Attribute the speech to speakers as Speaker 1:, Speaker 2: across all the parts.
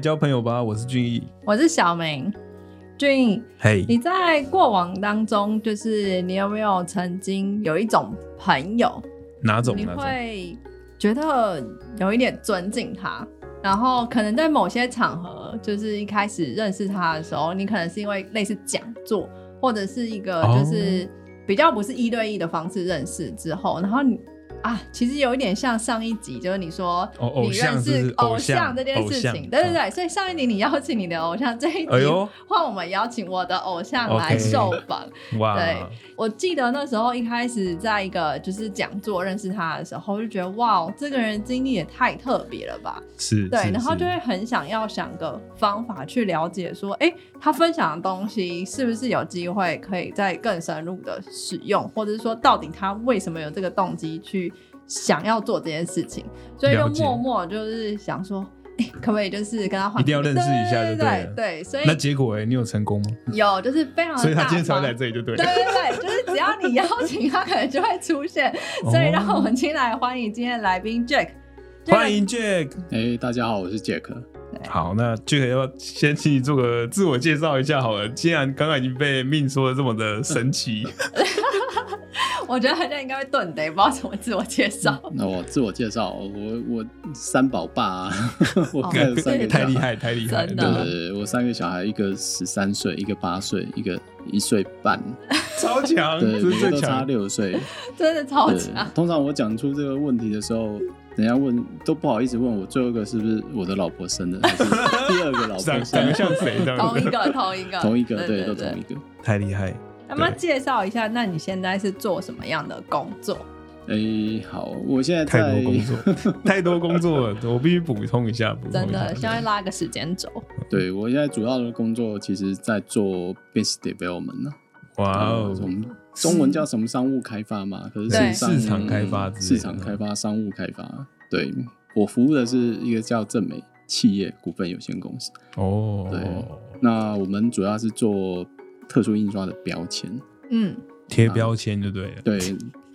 Speaker 1: 交朋友吧，我是俊逸。
Speaker 2: 我是小明。俊逸，
Speaker 1: 嘿、
Speaker 2: 你在过往当中，就是你有没有曾经有一种朋友，
Speaker 1: 哪种
Speaker 2: 你
Speaker 1: 哪种？
Speaker 2: 会觉得有一点尊敬他，然后可能在某些场合，就是一开始认识他的时候，你可能是因为类似讲座或者是一个
Speaker 1: 哦
Speaker 2: 就是比较不是一对一的方式认识之后，然后你啊，其实有一点像上一集，就是你说
Speaker 1: 哦偶
Speaker 2: 你认
Speaker 1: 像是不
Speaker 2: 识
Speaker 1: 是偶
Speaker 2: 像
Speaker 1: 像
Speaker 2: 这件事
Speaker 1: 偶
Speaker 2: 情，
Speaker 1: 像嗯
Speaker 2: 对对对，所以上一集你邀请你的偶像，这一集
Speaker 1: 哎呦，
Speaker 2: 换我们邀请我的偶像来
Speaker 1: OK
Speaker 2: 受访。
Speaker 1: 哇，
Speaker 2: 对我记得那时候一开始在一个就是讲座认识他的时候，就觉得哇，这个人经历也太特别了吧？
Speaker 1: 是，
Speaker 2: 对，
Speaker 1: 是
Speaker 2: 然后
Speaker 1: 是
Speaker 2: 就会哎很想要想个方法去了解说，哎、他分享的东西是不是有机会可以再更深入的使用，或者是说到底他为什么有这个动机去想要做这件事情？所以就
Speaker 1: 了解
Speaker 2: 默默就是想说，哎、可不可以就是跟他换
Speaker 1: 一定要
Speaker 2: 个
Speaker 1: 认识一下
Speaker 2: 对
Speaker 1: 就
Speaker 2: 对
Speaker 1: 对了
Speaker 2: 对对，所
Speaker 1: 那
Speaker 2: 以
Speaker 1: 结果哎、你有成功吗？
Speaker 2: 有就是非常的
Speaker 1: 所以他
Speaker 2: 哦大
Speaker 1: 今天才会
Speaker 2: 方
Speaker 1: 来这里，就对
Speaker 2: 对
Speaker 1: 了。
Speaker 2: 对对，就是只要你邀请，他可能就会出现。所
Speaker 1: 哦
Speaker 2: 以让我们先来欢迎今天的来宾 Jack。
Speaker 1: 欢迎 Jack。
Speaker 3: 哎、大家好，我是 Jack。
Speaker 1: 好，那 Jack 要不要先请你做个自我介绍一下好了。既然刚刚已经被命说的这么的神 奇，
Speaker 3: 啊
Speaker 2: Jack，我觉得好像应该会顿的，不知道怎么自我介绍。
Speaker 3: 那我自我介绍，我我三宝爸、啊， 我
Speaker 2: 哦
Speaker 3: 带了三个小
Speaker 1: 太
Speaker 3: 孩
Speaker 1: 厉。害，太厉害了，
Speaker 2: 真
Speaker 1: 真
Speaker 2: 的
Speaker 3: 对
Speaker 1: 的
Speaker 3: 对对，我三个小孩，一个十三岁，一个八岁，一个一岁半，
Speaker 1: 超强，
Speaker 3: 对，
Speaker 1: 嗯这
Speaker 3: 每
Speaker 1: 是最
Speaker 3: 个都差
Speaker 1: 强。哦
Speaker 3: 六岁。
Speaker 2: 真的超
Speaker 3: 对
Speaker 1: 啊
Speaker 2: 强，，
Speaker 3: 通常我讲出这个问题的时候，人家问都不好意思问我最后一个是不是我的老婆生的，还 是第二个老
Speaker 1: 长长
Speaker 3: 婆生
Speaker 1: 得
Speaker 3: 的，
Speaker 1: 像谁？这
Speaker 2: 同一
Speaker 1: 样
Speaker 2: 个，同一个，
Speaker 3: 同一个，
Speaker 2: 对
Speaker 3: 对，都同
Speaker 2: 对
Speaker 3: 一。个。
Speaker 1: 太厉害。
Speaker 2: 那么
Speaker 1: 对
Speaker 2: 介绍一下，那你现在是做什么样的工作？
Speaker 3: 哎、好，我现在
Speaker 1: 太
Speaker 3: 在
Speaker 1: 多工作， 太多工作了，我必须补充一下，补充
Speaker 2: 真
Speaker 1: 一下
Speaker 2: 的，
Speaker 3: 嗯
Speaker 2: 先拉个时间轴。
Speaker 3: 对我现在主要的工作其实在做 business development 啊呢、
Speaker 1: 哇
Speaker 3: 呃我
Speaker 1: 哦，
Speaker 3: 们中文叫什么商务开发嘛？可是
Speaker 2: 对
Speaker 3: 事实
Speaker 1: 市
Speaker 3: 上
Speaker 1: 场开发之类的
Speaker 3: 市场开发、商务开发。对我服务的是一个叫正美企业股份有限公司，
Speaker 1: 哦
Speaker 3: 对，那我们主要是做特殊印刷的标签，
Speaker 2: 嗯，
Speaker 1: 贴标签就对了。
Speaker 3: 对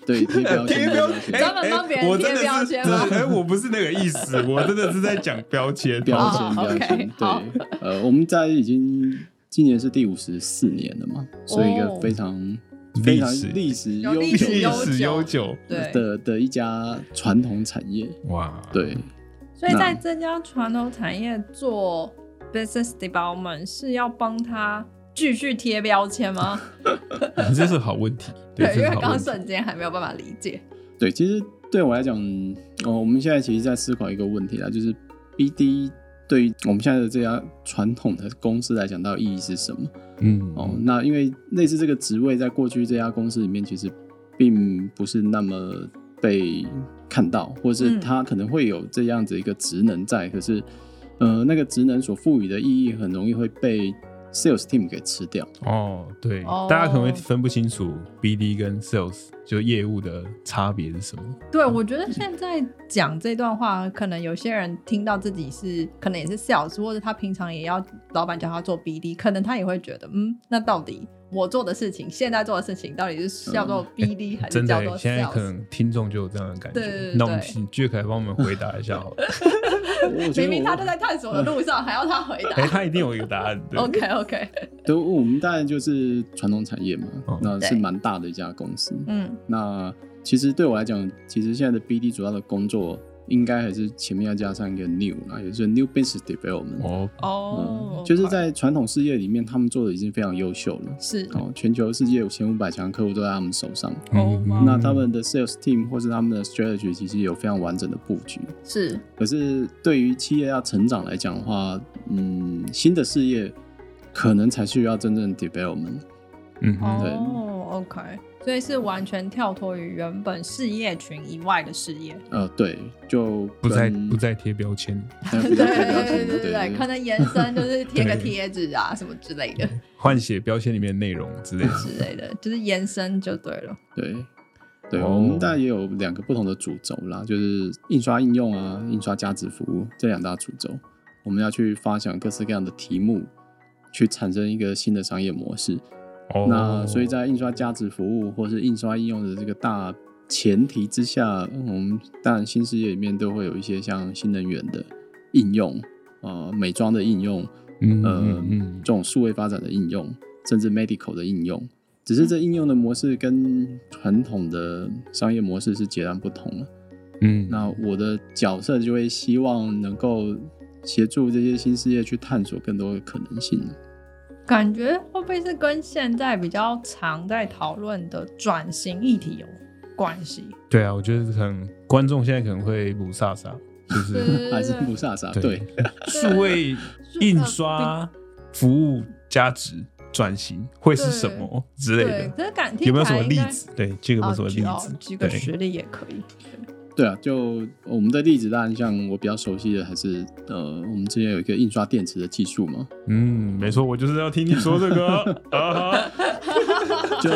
Speaker 3: 对， 贴标签，
Speaker 1: 哎
Speaker 2: 专门帮别人
Speaker 1: 哎我真的
Speaker 2: 贴标签
Speaker 1: 是
Speaker 2: 吗
Speaker 1: 哎，我不是那个意 思，我真的是在讲标签。
Speaker 3: 标
Speaker 2: 哦
Speaker 3: 签，标签
Speaker 2: OK，，好
Speaker 3: 对，呃，我们在已经今年是第五十四年了嘛，所以一个非常非常
Speaker 1: 哦历史
Speaker 3: 历史
Speaker 2: 有
Speaker 3: 悠
Speaker 2: 历
Speaker 3: 久
Speaker 2: 史
Speaker 1: 历
Speaker 2: 悠
Speaker 1: 史悠久，
Speaker 2: 对。
Speaker 3: 的的一家传统产业，
Speaker 1: 哇，
Speaker 3: 对，
Speaker 2: 所以在这家传统产业做 business development 是要帮他继续贴标签吗？
Speaker 1: 这是好问题，
Speaker 2: 对，因
Speaker 1: 这是
Speaker 2: 为
Speaker 1: 好
Speaker 2: 刚刚
Speaker 1: 问题。
Speaker 2: 瞬间还没有办法理解。
Speaker 3: 对，其实对我来讲，哦，我们现在其实在思考一个问题啦，就是 BD 对于我们现在的这家传统的公司来讲，到底意义是什么？
Speaker 1: 嗯，
Speaker 3: 哦，那因为类似这个职位在过去这家公司里面，其实并不是那么被看到，或是
Speaker 2: 嗯
Speaker 3: 它可能会有这样子一个职能在，可是，呃，那个职能所赋予的意义，很容易会被 sales team 给吃 掉。
Speaker 1: 哦，对
Speaker 2: 哦，
Speaker 1: 大家可能会分不清楚 BD 跟 Sales 就业务的差别是什么。
Speaker 2: 对，我觉得现在讲这段话，可能有些人听到自己是可能也是 sales，或者他平常也要老板叫他做 BD，可能他也会觉得，嗯，那到底我做的事情，现在做的事情，到底是叫做 BD 还是
Speaker 1: 真
Speaker 2: 叫
Speaker 1: 的
Speaker 2: 做
Speaker 1: 耶，现在可
Speaker 2: sales？
Speaker 1: 能听众就有这样的感
Speaker 2: 对对
Speaker 1: 觉。
Speaker 2: 对
Speaker 1: 那我们
Speaker 2: 对
Speaker 1: 请 Jack 来帮我们回答一下 好了。
Speaker 3: 我觉得
Speaker 2: 明明
Speaker 3: 我
Speaker 2: 他就在探索的路上，还要他回
Speaker 1: 哎，
Speaker 2: 答。
Speaker 1: 他一定有一个答案。对
Speaker 2: OK OK，
Speaker 3: 对，我们当然就是传统产业嘛，
Speaker 1: 哦
Speaker 3: 那是
Speaker 2: 嗯对
Speaker 3: 蛮大的一家公司。
Speaker 2: 嗯，
Speaker 3: 那其实对我来讲，其实现在的 BD 主要的工作，应该还是前面要加上一个 new 啦，也就是 new business development。
Speaker 1: 哦，
Speaker 2: 哦
Speaker 3: 嗯，，就是在传统事业里面，他们做的已经非常优秀了。
Speaker 2: 是
Speaker 3: 哦，全球世界前五百强客户都在他们手上。
Speaker 2: 哦
Speaker 1: 嗯
Speaker 2: 哇
Speaker 3: 那他们的 sales team 或是他们的 strategy 其实有非常完整的布局。
Speaker 2: 是，
Speaker 3: 可是对于企业要成长来讲的话，嗯，新的事业可能才需要真正 development。
Speaker 1: 嗯哼，
Speaker 3: 对
Speaker 2: 哦，OK，所以是完全跳脱于原本事业群以外的事业。
Speaker 3: 呃，对，就
Speaker 1: 不再
Speaker 3: 跟
Speaker 1: 不再贴标签，
Speaker 3: 呃
Speaker 2: 对
Speaker 3: 不再
Speaker 2: 对
Speaker 3: 贴标
Speaker 2: 对
Speaker 3: 签
Speaker 2: 对
Speaker 3: 对
Speaker 2: 对，可能延伸就是贴个贴纸啊什么之类的
Speaker 1: 换写标签里面内容之 类的。
Speaker 2: 之类的，就是延伸就对了。
Speaker 3: 对对，
Speaker 1: 哦
Speaker 3: 我们大概也有两个不同的主轴啦，就是印刷应用啊、印刷价值服务这两大主轴，我们要去发想各式各样的题目，去产生一个新的商业模式。
Speaker 1: 哦，
Speaker 3: 那所以在印刷价值服务或是印刷应用的这个大前提之下，嗯我们当然新事业里面都会有一些像新能源的应用。呃美妆的应用，
Speaker 1: 嗯
Speaker 3: 呃
Speaker 1: 嗯嗯
Speaker 3: 这种数位发展的应用，甚至 medical 的应用。只是这应用的模式跟传统的商业模式是截然不同了。
Speaker 1: 嗯，
Speaker 3: 那我的角色就会希望能够协助这些新事业去探索更多的可能性。
Speaker 2: 感觉会不会是跟现在比较常在讨论的转型议题有关系？
Speaker 1: 对啊，我觉得可能观众现在可能会不飒飒，就是
Speaker 2: 对
Speaker 3: 还是不飒飒，
Speaker 1: 对
Speaker 3: 对，
Speaker 1: 数位印刷服务价值转型会是什么之类
Speaker 2: 对，
Speaker 1: 的，
Speaker 2: 这感
Speaker 1: 有没有什么例子？？对，这个有没
Speaker 2: 啊，
Speaker 1: 有什么
Speaker 2: 举
Speaker 1: 例子？
Speaker 2: 哦举
Speaker 1: 对，
Speaker 2: 个实例也可以。
Speaker 3: 对啊，就我们的例子，当然像我比较熟悉的还是呃，我们之前有一个印刷电池的技术嘛，
Speaker 1: 嗯，没错，我就是要听你说这 个啊哈，
Speaker 3: 就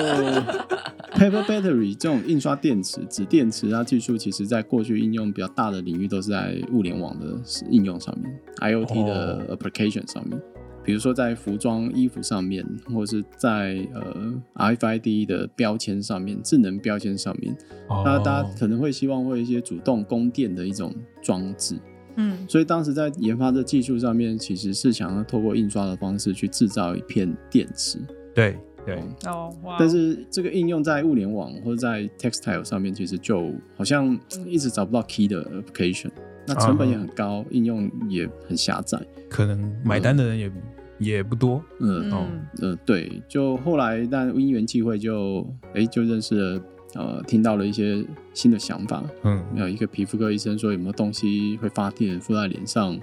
Speaker 3: paper battery 这种印刷电池、纸电池啊技术，其实在过去应用比较大的领域都是在物联网的应用上面，IOT 的 application 上面。比如说在服装、衣服上面，或是在呃 RFID 的标签上面、智能标签上面，那大家
Speaker 1: 哦
Speaker 3: 可能会希望会有一些主动供电的一种装置。
Speaker 2: 嗯，
Speaker 3: 所以当时在研发的技术上面，其实是想要透过印刷的方式去制造一片电池，
Speaker 1: 对对，
Speaker 2: 哦，哇，
Speaker 3: 但是这个应用在物联网或者在 textile 上面，其实就好像嗯一直找不到 key 的 application，那成本也很高，应用也很狭窄，
Speaker 1: 可能买单的人也也不多，
Speaker 3: 嗯
Speaker 1: 哦
Speaker 2: 嗯
Speaker 3: 呃，对，就后来但因缘际会就哎就认识了，呃，听到了一些新的想法，
Speaker 1: 嗯，
Speaker 3: 有一个皮肤科医生说有没有东西会发电敷在脸上，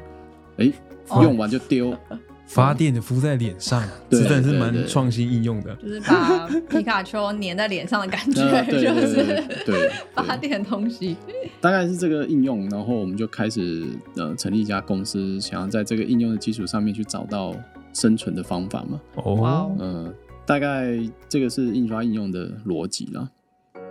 Speaker 3: 哎，
Speaker 2: 哦
Speaker 3: 用完就 丢。
Speaker 1: 发电的敷在脸上，这
Speaker 3: 对
Speaker 1: 真的是
Speaker 3: 对
Speaker 1: 蛮
Speaker 3: 对
Speaker 1: 创新应用的，
Speaker 2: 就是把皮卡丘粘在脸上的感
Speaker 3: 那
Speaker 2: 觉，
Speaker 3: 对
Speaker 2: 就
Speaker 3: 对对
Speaker 2: 是
Speaker 3: 对
Speaker 2: 发
Speaker 3: 对，
Speaker 2: 点东西。
Speaker 3: 大概是这个应用，然后我们就开始呃成立一家公司，想要在这个应用的基础上面去找到生存的方法嘛。
Speaker 2: 哇
Speaker 1: 哦
Speaker 2: 哦，
Speaker 3: 呃，大概这个是印刷应用的逻辑啦。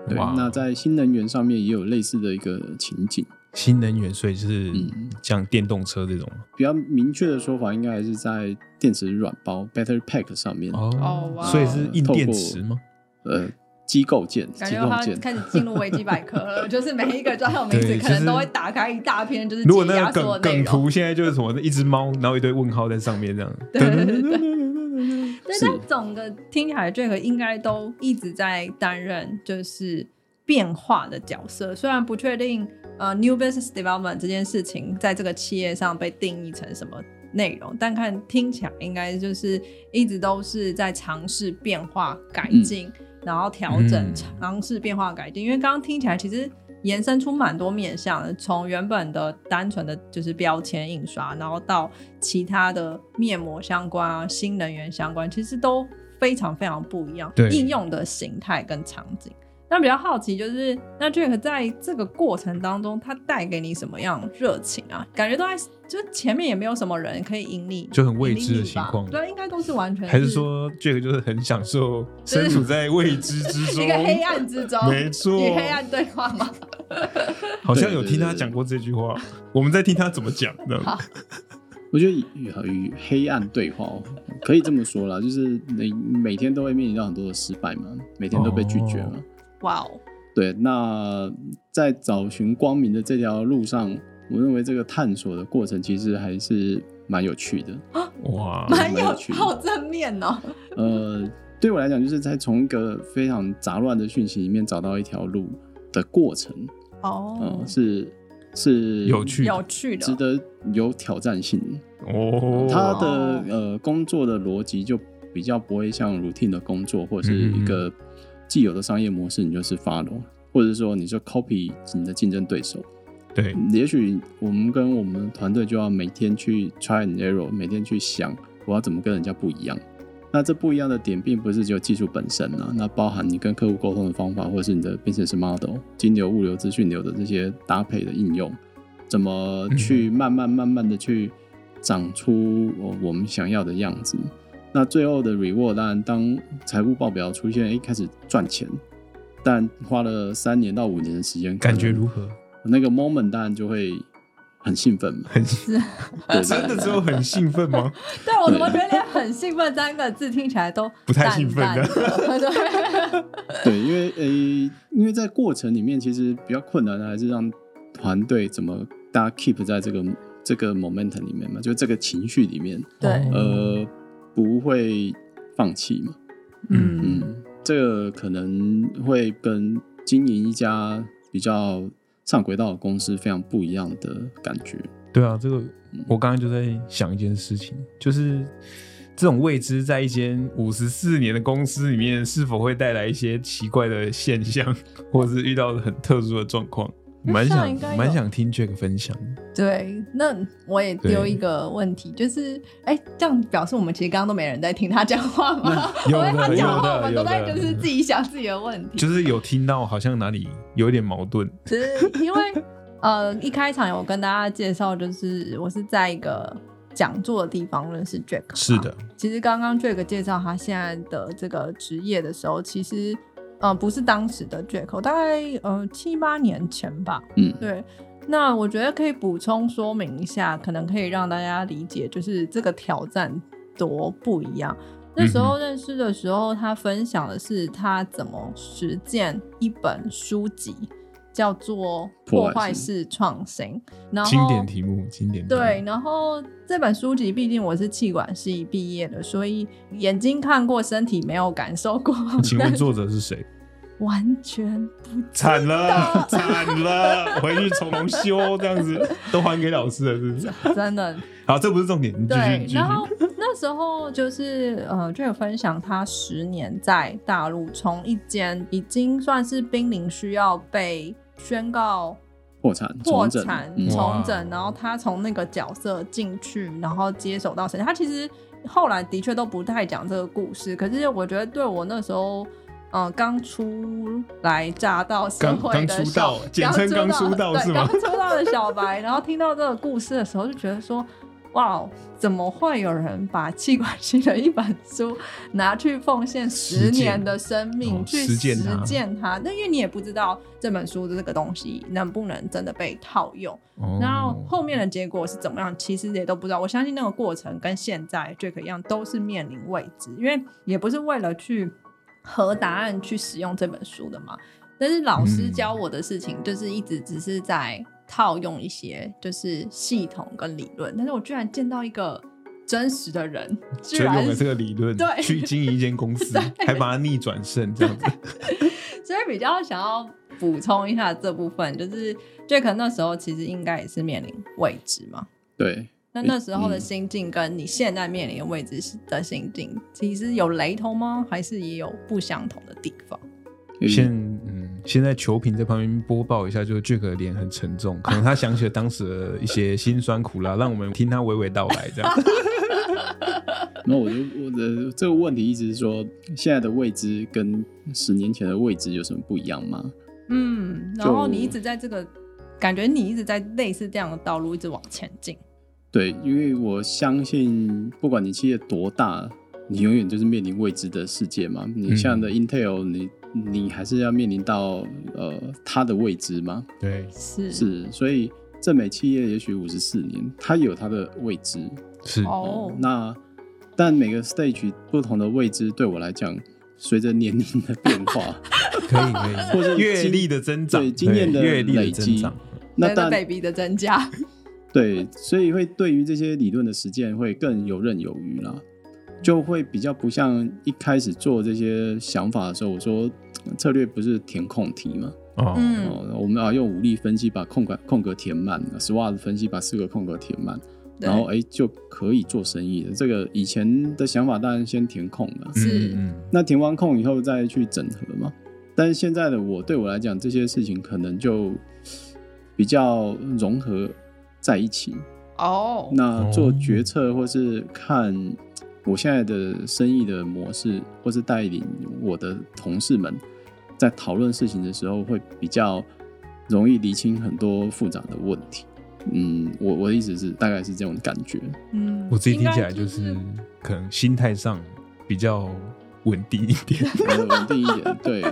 Speaker 3: 对，
Speaker 1: 哇
Speaker 3: 那在新能源上面也有类似的一个情景，
Speaker 1: 新能源，所以就是
Speaker 3: 嗯
Speaker 1: 像电动车这种吗
Speaker 3: 比较明确的说法应该还是在电池软包 （battery pack） 上面，
Speaker 2: 哦哇
Speaker 1: 所以是硬
Speaker 3: 透
Speaker 1: 电
Speaker 3: 过
Speaker 1: 池吗？
Speaker 3: 呃，机构件、
Speaker 2: 感
Speaker 3: 机
Speaker 2: 觉
Speaker 3: 构
Speaker 2: 他
Speaker 3: 件，
Speaker 2: 开始进入维基百 科了，就是每一个专有名
Speaker 1: 对
Speaker 2: 词可能
Speaker 1: 就是
Speaker 2: 都会打开一大篇，就是
Speaker 1: 如果
Speaker 2: 解
Speaker 1: 那
Speaker 2: 压
Speaker 1: 个
Speaker 2: 缩
Speaker 1: 梗
Speaker 2: 的内
Speaker 1: 梗
Speaker 2: 容。
Speaker 1: 图现在就是什么一只猫，然后一堆问号在上面这样，
Speaker 2: 对对对对对，
Speaker 3: 是
Speaker 2: 但总的听起来，这个应该都一直在担任就是变化的角色，虽然不确定呃 new business development 这件事情在这个企业上被定义成什么内容，但看听起来应该就是一直都是在尝试变化改进，然后调整
Speaker 1: 嗯
Speaker 2: 尝试变化改进，因为刚刚听起来其实。延伸出蛮多面向的，从原本的单纯的就是标签印刷，然后到其他的面膜相关啊、新能源相关，其实都非常非常不一样，
Speaker 1: 对
Speaker 2: 应用的形态跟场景。那比较好奇就是，那 Jack 在这个过程当中，他带给你什么样的热情啊？感觉都在，就是前面也没有什么人可以引你，
Speaker 1: 就很未知的
Speaker 2: 引你吧
Speaker 1: 情况
Speaker 2: 对，应该都是完全
Speaker 1: 还是说 Jack 就是很享受身处在未知之中
Speaker 2: 一个黑？暗之中，
Speaker 1: 没错，
Speaker 2: 与黑暗对话吗？
Speaker 1: 好像有听他讲过这句话，我们在听他怎么讲的。
Speaker 2: 好
Speaker 3: 我觉得与与黑暗对话哦，可以这么说啦，就是你每天都会面临到很多的失败嘛，每天都被拒绝嘛。
Speaker 2: 哇哦，
Speaker 3: 对，那在找寻光明的这条路上，我认为这个探索的过程其实还是蛮有趣的。
Speaker 1: 哇，
Speaker 2: 蛮
Speaker 3: 蛮
Speaker 2: 有
Speaker 3: 有趣的
Speaker 2: 好正面哦，
Speaker 3: 呃，对我来讲，就是在从一个非常杂乱的讯息里面找到一条路的过程，嗯、
Speaker 2: 哦，
Speaker 3: 是是
Speaker 1: 有趣
Speaker 2: 有趣的
Speaker 3: 值，得有挑战性的。
Speaker 1: 哦，
Speaker 3: 他的呃工作的逻辑就比较不会像 routine 的工作，或者是一个既有的商业模式，你就是 follow，或者说你就 copy 你的竞争对手。
Speaker 1: 对
Speaker 3: 也许我们跟我们团队就要每天去 try and error，每天去想我要怎么跟人家不一样。那这不一样的点，并不是只有技术本身啊，那包含你跟客户沟通的方法，或者是你的 business model、金流、物流、资讯流的这些搭配的应用，怎么去慢慢慢慢的去长出我我们想要的样子。那最后的 reward，当然当财务报表出现，一开始赚钱，但花了三年到五年的时间，
Speaker 1: 感觉
Speaker 3: 可能
Speaker 1: 如何？
Speaker 3: 那个 moment 当然就会很兴奋嘛，
Speaker 1: 很
Speaker 3: 对对
Speaker 1: 真的只有很兴奋吗？
Speaker 2: 对我怎么觉得连“很兴奋”三个字听起来都
Speaker 1: 不太兴奋
Speaker 2: 淡淡的， 对，
Speaker 3: 对，因为诶、因为在过程里面其实比较困难的还是让团队怎么大家 keep 在这个这个 momentum 里面嘛，就这个情绪里面，
Speaker 2: 对，
Speaker 1: 哦
Speaker 3: 呃，不会放弃嘛。
Speaker 2: 嗯
Speaker 3: 嗯，这个可能会跟经营一家比较上轨道的公司非常不一样的感觉。
Speaker 1: 对啊，这个我刚刚就在想一件事情，就是这种未知在一间五十四年的公司里面，是否会带来一些奇怪的现象， 或者是遇到很特殊的状况？
Speaker 2: 那
Speaker 1: 蛮
Speaker 2: 像
Speaker 1: 想
Speaker 2: 应该有
Speaker 1: 蛮想听 Jack 分享的。
Speaker 2: 对。那我也丢一个问题，就是，哎，这样表示我们其实刚刚都没人在听他讲话吗？
Speaker 1: 有
Speaker 2: 我
Speaker 1: 的
Speaker 2: 为他讲话，我们
Speaker 1: 有
Speaker 2: 都
Speaker 1: 的
Speaker 2: 在
Speaker 1: 有的
Speaker 2: 就是自己想自己的问题，
Speaker 1: 就是有听到好像哪里有点矛盾，
Speaker 2: 只是因为呃，一开场有跟大家介绍，就是我是在一个讲座的地方认识 Jack。
Speaker 1: 是，的，
Speaker 2: 其实刚刚 Jack 介绍他现在的这个职业的时候，其实呃不是当时的 Jack，我大概呃七八年前吧。
Speaker 3: 嗯，
Speaker 2: 对，那我觉得可以补充说明一下，可能可以让大家理解，就是这个挑战多不一样。那时候认识的时候，他分享的是他怎么实践一本书籍，叫做《
Speaker 3: 破
Speaker 2: 破
Speaker 3: 坏
Speaker 2: 坏
Speaker 3: 性
Speaker 2: 式创新》，然后
Speaker 1: 经典题目，经典题目
Speaker 2: 对，，然后这本书籍，毕竟我是气管系毕业的，所以眼睛看过，身体没有感受过，
Speaker 1: 请问作者是谁？
Speaker 2: 完全不
Speaker 1: 惨了，
Speaker 2: 真
Speaker 1: 惨了，回去重重修这样子，都还给老师了，是不是？
Speaker 2: 真的
Speaker 1: 好，这不是重点，你继续，
Speaker 2: 对
Speaker 1: 你，继续
Speaker 2: 然后那时候就是呃，就有分享他十年在大陆从一间已经算是濒临需要被宣告
Speaker 3: 破产、
Speaker 2: 破
Speaker 3: 重整
Speaker 2: 产、
Speaker 3: 嗯
Speaker 1: 哇
Speaker 2: 重整，然后他从那个角色进去，然后接手到谁，他其实后来的确都不太讲这个故事，可是我觉得对我那时候。嗯，刚出来乍到社
Speaker 1: 刚
Speaker 2: 会
Speaker 1: 刚
Speaker 2: 的
Speaker 1: 出
Speaker 2: 小
Speaker 1: 道 简称刚出道
Speaker 2: 对
Speaker 1: 是吗
Speaker 2: 刚出道的小白，然后听到这个故事的时候，就觉得说，哇，哦怎么会有人把气管 系的一本书拿去奉献
Speaker 1: 实
Speaker 2: 十
Speaker 1: 践
Speaker 2: 年的生命、
Speaker 1: 哦
Speaker 2: 去
Speaker 1: 实践它
Speaker 2: 践它？那因为你也不知道这本书的这个东西能不能真的被套用，
Speaker 1: 哦
Speaker 2: 然后后面的结果是怎么样，其实也都不知道。我相信那个过程跟现在 Jack 一样，都是面临未知，因为也不是为了去和答案去使用这本书的嘛。但是老师
Speaker 1: 嗯
Speaker 2: 教我的事情，就是一直只是在套用一些就是系统跟理论，但是我居然见到一个真实的人，居
Speaker 1: 所以
Speaker 2: 然
Speaker 1: 用了这个理论
Speaker 2: 对
Speaker 1: 去经营一间公司，
Speaker 2: 对
Speaker 1: 还把它逆转胜这样子。
Speaker 2: 所以比较想要补充一下这部分，就是 Jack 那时候其实应该也是面临未知嘛。
Speaker 3: 对，
Speaker 2: 那那时候的心境跟你现在面临的位置的心境，其实有雷同吗？还是也有不相同的地方？
Speaker 3: 因为
Speaker 1: 现嗯，现在球评在旁边播报一下，就是 Jack 的脸很沉重，可能他想起了当时的一些辛酸苦辣，让我们听他娓娓道来这 样。
Speaker 3: 那我就我的这个问题一直是说，现在的未知跟十年前的未知有什么不一样吗？
Speaker 2: 嗯，然后你一直在这个，感觉你一直在类似这样的道路一直往前进。
Speaker 3: 对，因为我相信，不管你企业多大，你永远就是面临未知的世界嘛。你像的 Intel，你你还是要面临到呃它的未知嘛。
Speaker 1: 对，
Speaker 2: 是
Speaker 3: 是，所以正美企业也许五十四年，它有它的未知。
Speaker 1: 是
Speaker 2: 哦，
Speaker 3: 那但每个 stage 不同的未知，对我来讲，随着年龄的变化，
Speaker 1: 可以可以，
Speaker 3: 或者
Speaker 1: 阅
Speaker 3: 经
Speaker 1: 历的增长，
Speaker 3: 对经验的
Speaker 1: 对阅历的
Speaker 3: 累积
Speaker 1: 增长，
Speaker 3: 那
Speaker 2: 随着
Speaker 3: 当
Speaker 2: baby 的增加，
Speaker 3: 对，所以会对于这些理论的实践会更游刃有余啦，就会比较不像一开始做这些想法的时候，我说嗯策略不是填空题嘛，
Speaker 1: 哦，
Speaker 2: 嗯，
Speaker 3: 哦，我们要用武力分析把空格空格填满，SWOT 分析把四个空格填满，
Speaker 2: 对
Speaker 3: 然后哎就可以做生意了。这个以前的想法当然先填空了，
Speaker 1: 嗯
Speaker 2: 是
Speaker 1: 嗯
Speaker 3: 那填完空以后再去整合嘛。但是现在的我对我来讲，这些事情可能就比较融合在一起。
Speaker 2: 哦，
Speaker 3: 那做
Speaker 1: 哦
Speaker 3: 决策或是看我现在的生意的模式，或是带领我的同事们在讨论事情的时候，会比较容易厘清很多复杂的问题。嗯，我我的意思是，大概是这种感觉。
Speaker 2: 嗯，
Speaker 1: 我自己听起来
Speaker 2: 应该
Speaker 1: 就
Speaker 2: 就是
Speaker 1: 可能心态上比较稳定一点。
Speaker 3: 呃稳定一点，对，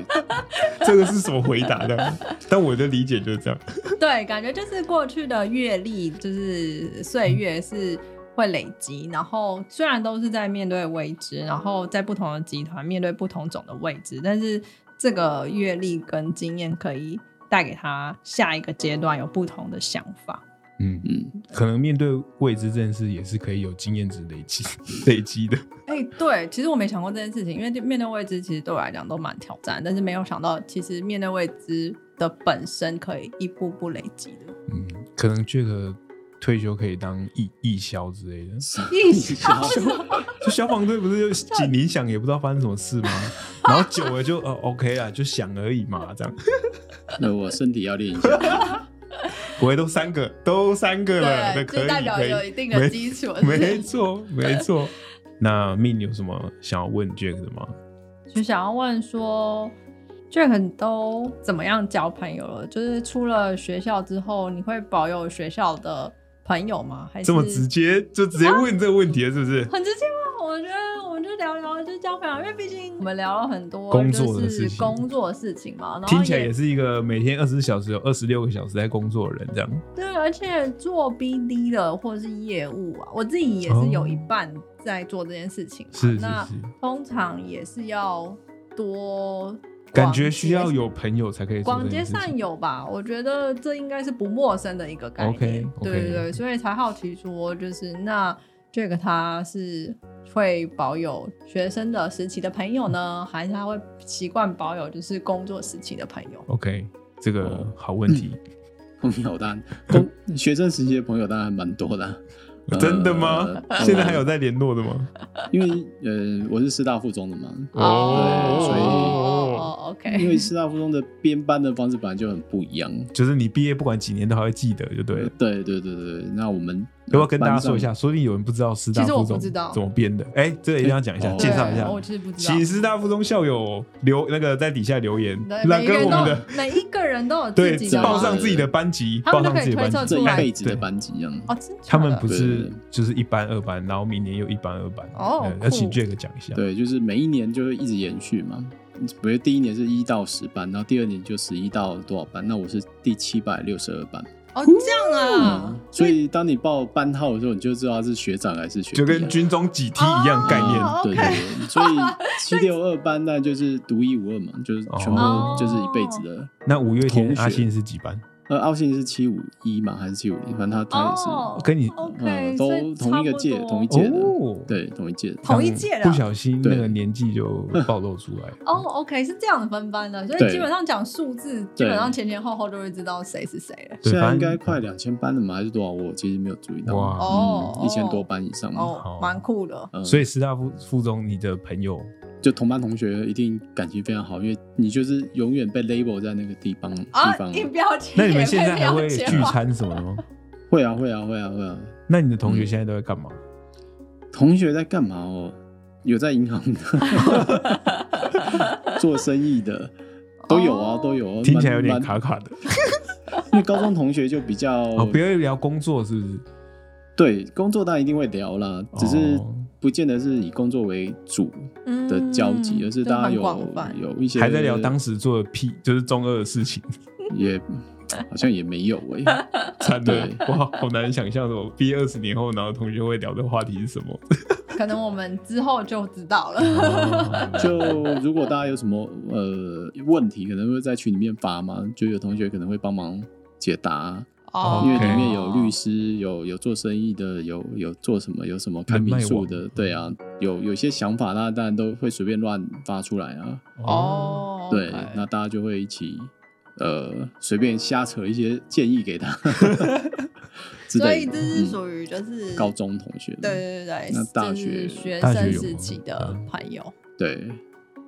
Speaker 1: 这个是什么回答的？但我的理解就是这样。
Speaker 2: 对，感觉就是过去的阅历，就是岁月是会累积，然后虽然都是在面对未知，然后在不同的集团面对不同种的未知，但是这个阅历跟经验可以带给他下一个阶段有不同的想法。
Speaker 1: 嗯，
Speaker 3: 嗯，
Speaker 1: 可能面对未知这件事，也是可以有经验值累积 累积的。
Speaker 2: 哎、对，其实我没想过这件事情，因为就面对未知，其实对我来讲都蛮挑战，但是没有想到，其实面对未知的本身可以一步步累积的。
Speaker 1: 嗯，可能 Jack 退休可以当义义消之类的。
Speaker 2: 一笑
Speaker 1: 就消防队不是就警铃响也不知道发生什么事吗？ 然后久了就呃 OK 啦，就响而已嘛，这样。
Speaker 3: 那我身体要练一下，
Speaker 1: 不会都三个，都三个了，那
Speaker 2: 对，
Speaker 1: 可以，
Speaker 2: 就代表
Speaker 1: 可以
Speaker 2: 有一定的
Speaker 1: 没
Speaker 2: 基础。
Speaker 1: 没错，没错。那命有什么想要问 Jack 的吗？
Speaker 2: 就想要问说，Jack 都怎么样交朋友了？就是出了学校之后，你会保有学校的朋友吗？还是
Speaker 1: 这
Speaker 2: 啊
Speaker 1: 么直？接就直接问这个问题了，是不是？
Speaker 2: 很直接吗？我觉得我们就聊聊，就交朋友，因为毕竟我们聊了很多
Speaker 1: 工作的
Speaker 2: 就
Speaker 1: 事
Speaker 2: 是
Speaker 1: 情
Speaker 2: 工作的事情嘛，然后
Speaker 1: 听起来也是一个每天二十小时有二十六个小时在工作的人，这样。
Speaker 2: 对，而且做 BD 的或者是业务啊，我自己也是有一半在做这件事情嘛、
Speaker 1: 哦是是
Speaker 2: 那
Speaker 1: 是
Speaker 2: 通常也是要多
Speaker 1: 感
Speaker 2: 广
Speaker 1: 觉
Speaker 2: 结
Speaker 1: 需要有朋友才可以做
Speaker 2: 广
Speaker 1: 这
Speaker 2: 结
Speaker 1: 件事情
Speaker 2: 善友吧，我觉得这应该是不陌生的一个概念。
Speaker 1: OK，OK
Speaker 2: 对对对，所以才好奇说，就是那这个他是会保有学生的时期的朋友呢，还是他会习惯保有就是工作时期的朋友？
Speaker 1: OK，这个
Speaker 3: 哦
Speaker 1: 好问题，
Speaker 3: 朋友当然，工学生时期的朋友当然蛮多的啊、 呃
Speaker 1: 真的吗？
Speaker 3: 当然
Speaker 1: 现在还有在联络的吗？
Speaker 3: 因为呃，我是师大附中的嘛，
Speaker 2: 哦，
Speaker 3: 对所以
Speaker 2: 哦哦
Speaker 3: 因
Speaker 2: ，OK，
Speaker 3: 为师大附中的编班的方式本来就很不一样。
Speaker 1: 就是你毕业不管几年都还会记得，就对了。
Speaker 3: 对对对对，对那我们
Speaker 1: 要不要跟大家说一？
Speaker 3: 嗯班
Speaker 1: 下？
Speaker 3: 上
Speaker 1: 说不定有人不知道师大
Speaker 2: 其实我
Speaker 1: 附
Speaker 2: 不
Speaker 1: 中
Speaker 2: 知道哦
Speaker 1: 怎么编的。哎，这个一定要讲一下，
Speaker 3: 哎
Speaker 1: 介绍一
Speaker 2: 对
Speaker 1: 下
Speaker 2: 我。其实不知道
Speaker 1: 请。师大附中校友留那个在底下留言，
Speaker 2: 对
Speaker 1: 那
Speaker 2: 每一个
Speaker 1: 跟
Speaker 2: 人
Speaker 1: 我们
Speaker 2: 都
Speaker 1: 的
Speaker 2: 有每一个人都有
Speaker 1: 对
Speaker 2: 自己的
Speaker 1: 报
Speaker 2: 吗
Speaker 1: 上自己的班级，
Speaker 2: 他
Speaker 1: 报
Speaker 2: 们就
Speaker 1: 上
Speaker 2: 可以
Speaker 1: 自己的班
Speaker 2: 推测
Speaker 1: 级。
Speaker 3: 这一
Speaker 2: 出来
Speaker 3: 辈子的
Speaker 1: 对
Speaker 3: 班级一样，
Speaker 2: 哦，真的假
Speaker 1: 他
Speaker 2: 的
Speaker 1: 们不
Speaker 3: 对
Speaker 1: 是
Speaker 3: 对
Speaker 1: 就是一班二班，然后明年又一班二班。
Speaker 2: 哦
Speaker 1: 对要请
Speaker 2: 酷
Speaker 1: Jack 讲一下。
Speaker 3: 对，就是每一年就会一直延续嘛。比如第一年是一到十班，然后第二年就十一到多少班？那我是第七百六十二班，
Speaker 2: 哦，这样啊，
Speaker 3: 所以当你报班号的时候，你就知道是学长还是学弟
Speaker 1: 就
Speaker 3: 啊，
Speaker 1: 跟军中几梯一样概念。
Speaker 2: 哦
Speaker 3: 对对
Speaker 2: OK
Speaker 3: 对，所以七六二班那就是独一无二嘛，就是全部
Speaker 2: 哦
Speaker 3: 就是一辈子的。
Speaker 1: 那五月天
Speaker 3: 同学
Speaker 1: 阿信是几班？
Speaker 3: 呃，奥信是七五一嘛，还是七五零？反正他他也是，
Speaker 2: 哦，
Speaker 1: 嗯跟你
Speaker 2: OK，
Speaker 3: 嗯，
Speaker 2: 所
Speaker 3: 都
Speaker 2: 以
Speaker 3: 同一
Speaker 2: 差
Speaker 3: 个
Speaker 2: 不
Speaker 3: 届，
Speaker 2: 多
Speaker 3: 同一届的，
Speaker 1: 哦，，
Speaker 3: 对，同一届的。
Speaker 2: 同一届的
Speaker 1: 不小心那个
Speaker 3: 对
Speaker 1: 年纪就暴露出来。
Speaker 2: 哦、o k 是这样的分班的，所以
Speaker 3: 对
Speaker 2: 基本上讲数字，基本上前前后后就会知道谁是谁了。
Speaker 1: 对
Speaker 3: 现在
Speaker 1: 反
Speaker 3: 应
Speaker 1: 正嗯
Speaker 3: 该快两千班了嘛，还是多少？我其实没有注意到。
Speaker 1: 哇
Speaker 2: 哦
Speaker 3: 嗯，一千多班以上嘛，
Speaker 2: 哦，蛮酷的。
Speaker 3: 嗯
Speaker 1: 所以师大附附中你的朋友
Speaker 3: 就同班同学一定感情非常好，因为你就是永远被 label 在那个地方地
Speaker 2: 啊，
Speaker 3: 方。
Speaker 2: 印标签，
Speaker 1: 那你们现在还会
Speaker 2: 也被
Speaker 1: 聚
Speaker 2: 标签化
Speaker 1: 餐什么的吗？
Speaker 3: 会啊，会啊，会啊，会啊。
Speaker 1: 那你的同学现在都在干嘛？
Speaker 3: 同学在干嘛哦？有在银行 的，做生意的，都有啊，
Speaker 2: 哦
Speaker 3: 都有、啊。
Speaker 1: 听起来有点
Speaker 3: 蛮
Speaker 1: 卡。卡的。
Speaker 3: 蛮因为高中同学就比较、
Speaker 1: 哦，不要聊工作是不是？
Speaker 3: 对工作，当然一定会聊啦，只是
Speaker 1: 哦
Speaker 3: 不见得是以工作为主的交集，
Speaker 2: 嗯
Speaker 3: 而是大
Speaker 2: 就
Speaker 3: 家
Speaker 2: 很
Speaker 3: 有
Speaker 2: 广泛
Speaker 3: 有一些
Speaker 1: 还在聊当时做的屁，就是中二的事 情。
Speaker 3: 也好像也没有哎、
Speaker 1: 惨的
Speaker 3: 对，
Speaker 1: 哇，好难想象的。我毕业二十年后，然后同学会聊的话题是什么？
Speaker 2: 可能我们之后就知道了。
Speaker 3: 就如果大家有什么呃问题，可能会在群里面发嘛，就有同学可能会帮忙解答，
Speaker 2: 哦
Speaker 3: 因为
Speaker 1: OK
Speaker 3: 里面有律师，有有做生意的，有有做什么，有什么开
Speaker 1: 人脉
Speaker 3: 民宿
Speaker 1: 网
Speaker 3: 的，对啊，有有些想法，那当然都会随便乱发出来啊，
Speaker 1: 哦，
Speaker 2: 哦，
Speaker 3: 对
Speaker 2: OK
Speaker 3: 那大家就会一起呃随便瞎扯一些建议给 他，之
Speaker 2: 所
Speaker 3: 类
Speaker 2: 以
Speaker 3: 的
Speaker 2: 这是
Speaker 3: 嗯
Speaker 2: 属于就是
Speaker 3: 高。中同学的，
Speaker 2: 对对对
Speaker 3: 那
Speaker 2: 对，
Speaker 3: 大
Speaker 2: 就
Speaker 3: 学
Speaker 2: 是学
Speaker 1: 大
Speaker 2: 生
Speaker 1: 学有
Speaker 2: 时
Speaker 1: 吗
Speaker 2: 期的
Speaker 1: 嗯
Speaker 2: 朋 友，
Speaker 3: 对，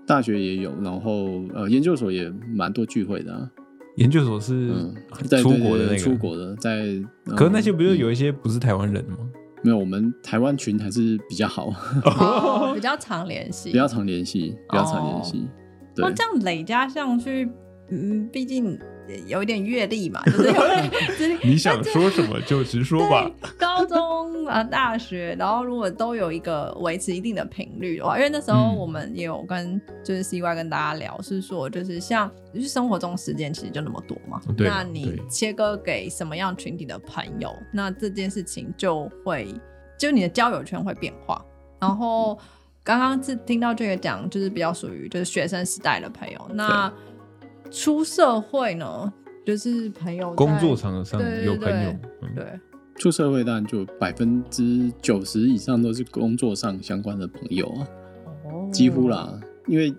Speaker 3: 大学也有，然后呃，研究所也蛮多聚会的、啊，
Speaker 1: 研究所是
Speaker 3: 嗯，在
Speaker 1: 出
Speaker 3: 对
Speaker 1: 国的
Speaker 3: 对
Speaker 1: 那个，
Speaker 3: 对出国的在，嗯
Speaker 1: 可是那些不就有一些不是台湾人吗？
Speaker 3: 没有？我们台湾群还是比较好，
Speaker 2: 哦，比较常联系，
Speaker 3: 比较常联系，比较常联系。对
Speaker 1: 哦
Speaker 2: 那，哦这样累加上去，嗯，毕竟有一点阅历嘛，就是有点资历。
Speaker 1: 你想说什么就直说吧。
Speaker 2: 高中啊、 大学，然后如果都有一个维持一定的频率的话，因为那时候
Speaker 1: 嗯
Speaker 2: 我们也有跟就是 CY 跟大家聊，是说就是像就是生活中时间其实就那么多嘛，
Speaker 1: 哦对
Speaker 2: 那你
Speaker 1: 对
Speaker 2: 切割给什么样群体的朋友，那这件事情就会就你的交友圈会变化。然后刚刚是听到这个讲，就是比较属于就是学生时代的朋友，那出社会呢？就是朋友在
Speaker 1: 工作场合上
Speaker 2: 对对
Speaker 1: 有朋友， 嗯
Speaker 2: 对
Speaker 3: 出社会当然就百分之九十以上都是工作上相关的朋友啊，
Speaker 2: 哦
Speaker 3: 几乎啦，
Speaker 1: 嗯
Speaker 3: 因为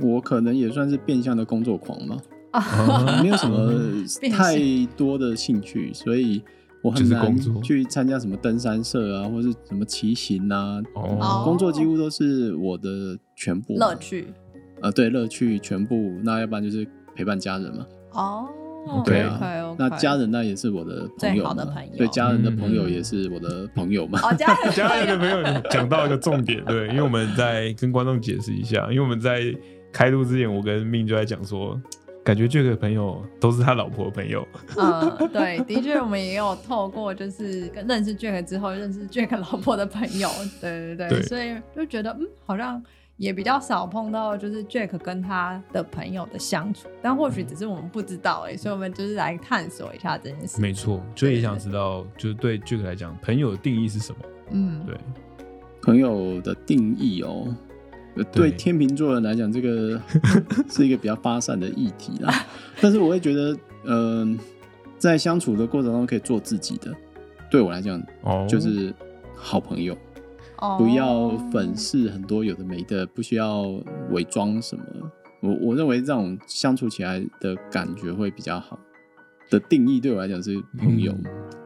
Speaker 3: 我可能也算是变相的工作狂嘛，
Speaker 1: 啊
Speaker 3: 没有什么
Speaker 2: 变相
Speaker 3: 太多的兴趣，所以我很
Speaker 1: 就是
Speaker 3: 难
Speaker 1: 工作
Speaker 3: 去参加什么登山社啊，或是什么骑行啊，
Speaker 1: 哦
Speaker 3: 工作几乎都是我的全部嘛
Speaker 2: 乐趣
Speaker 3: 呃，对，乐趣全部，那要不然就是陪伴家人嘛。
Speaker 2: 哦。
Speaker 1: 对
Speaker 3: 啊
Speaker 2: o
Speaker 3: 那家人那也是我的朋
Speaker 2: 最
Speaker 3: 友
Speaker 2: 好的
Speaker 3: 嘛
Speaker 2: 朋友
Speaker 3: 对家人的朋友
Speaker 2: 嗯
Speaker 3: 也是我的朋友嘛。
Speaker 2: 哦，家 人
Speaker 1: 家人的朋友讲到一个重点，对，因为我们在跟观众解释一下，因为我们在开录之前，我跟命就在讲说，感觉这个朋友都是他老婆的朋友，
Speaker 2: 嗯，对，的确，我们也有透过就是跟认识 Jack 之后，认识 Jack 老婆的朋友，对对对，
Speaker 1: 对
Speaker 2: 所以就觉得嗯，好像也比较少碰到就是 Jack 跟他的朋友的相处，但或许只是我们不知道哎、所以我们就是来探索一下这件事。
Speaker 1: 没错，所以也想知道，就是对 Jack 来讲，朋友的定义是什么？
Speaker 2: 嗯，
Speaker 1: 对，
Speaker 3: 朋友的定义哦，呃
Speaker 1: 对
Speaker 3: 对天秤座人来讲，这 个是一个比较发散的议题啦。但是我会觉得，嗯、在相处的过程中可以做自己的，对我来讲
Speaker 1: 哦，
Speaker 3: 就是好朋友，
Speaker 2: 哦
Speaker 3: 不要粉饰很多有的没的，不需要伪装什么。我我认为这种相处起来的感觉会比较好。的定义对我来讲是朋友，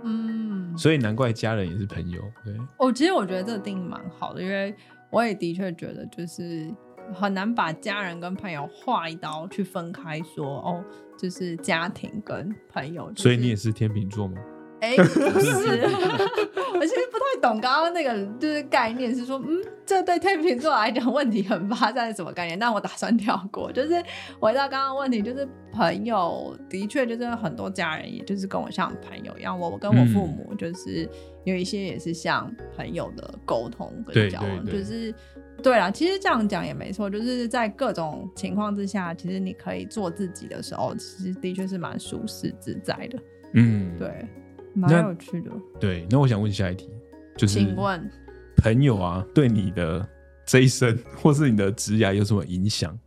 Speaker 1: 嗯
Speaker 2: 嗯，
Speaker 1: 所以难怪家人也是朋友，对，
Speaker 2: 我、哦其实我觉得这个定义蛮好的，因为我也的确觉得就是很难把家人跟朋友划一刀去分开说哦，就是家庭跟朋友。就是
Speaker 1: 所以你也是天秤座吗？
Speaker 2: 哎，不是，我其实不太懂刚刚那个就是概念，是说，嗯，这对天秤座来讲问题很发散是什么概念？但我打算跳过。就是回到刚刚的问题，就是朋友的确就是很多家人，也就是跟我像朋友一样，我我跟我
Speaker 1: 嗯
Speaker 2: 父母就是有一些也是像朋友的沟通
Speaker 1: 对
Speaker 2: 跟交往，
Speaker 1: 对对
Speaker 2: 就是。对啦，其实这样讲也没错，就是在各种情况之下，其实你可以做自己的时候，其实的确是蛮舒适自在的。
Speaker 1: 嗯，
Speaker 2: 对，蛮有趣的。
Speaker 1: 对。那我想问下一题，就是
Speaker 2: 请问，
Speaker 1: 朋友啊，对你的这一生或是你的职涯有什么影 响？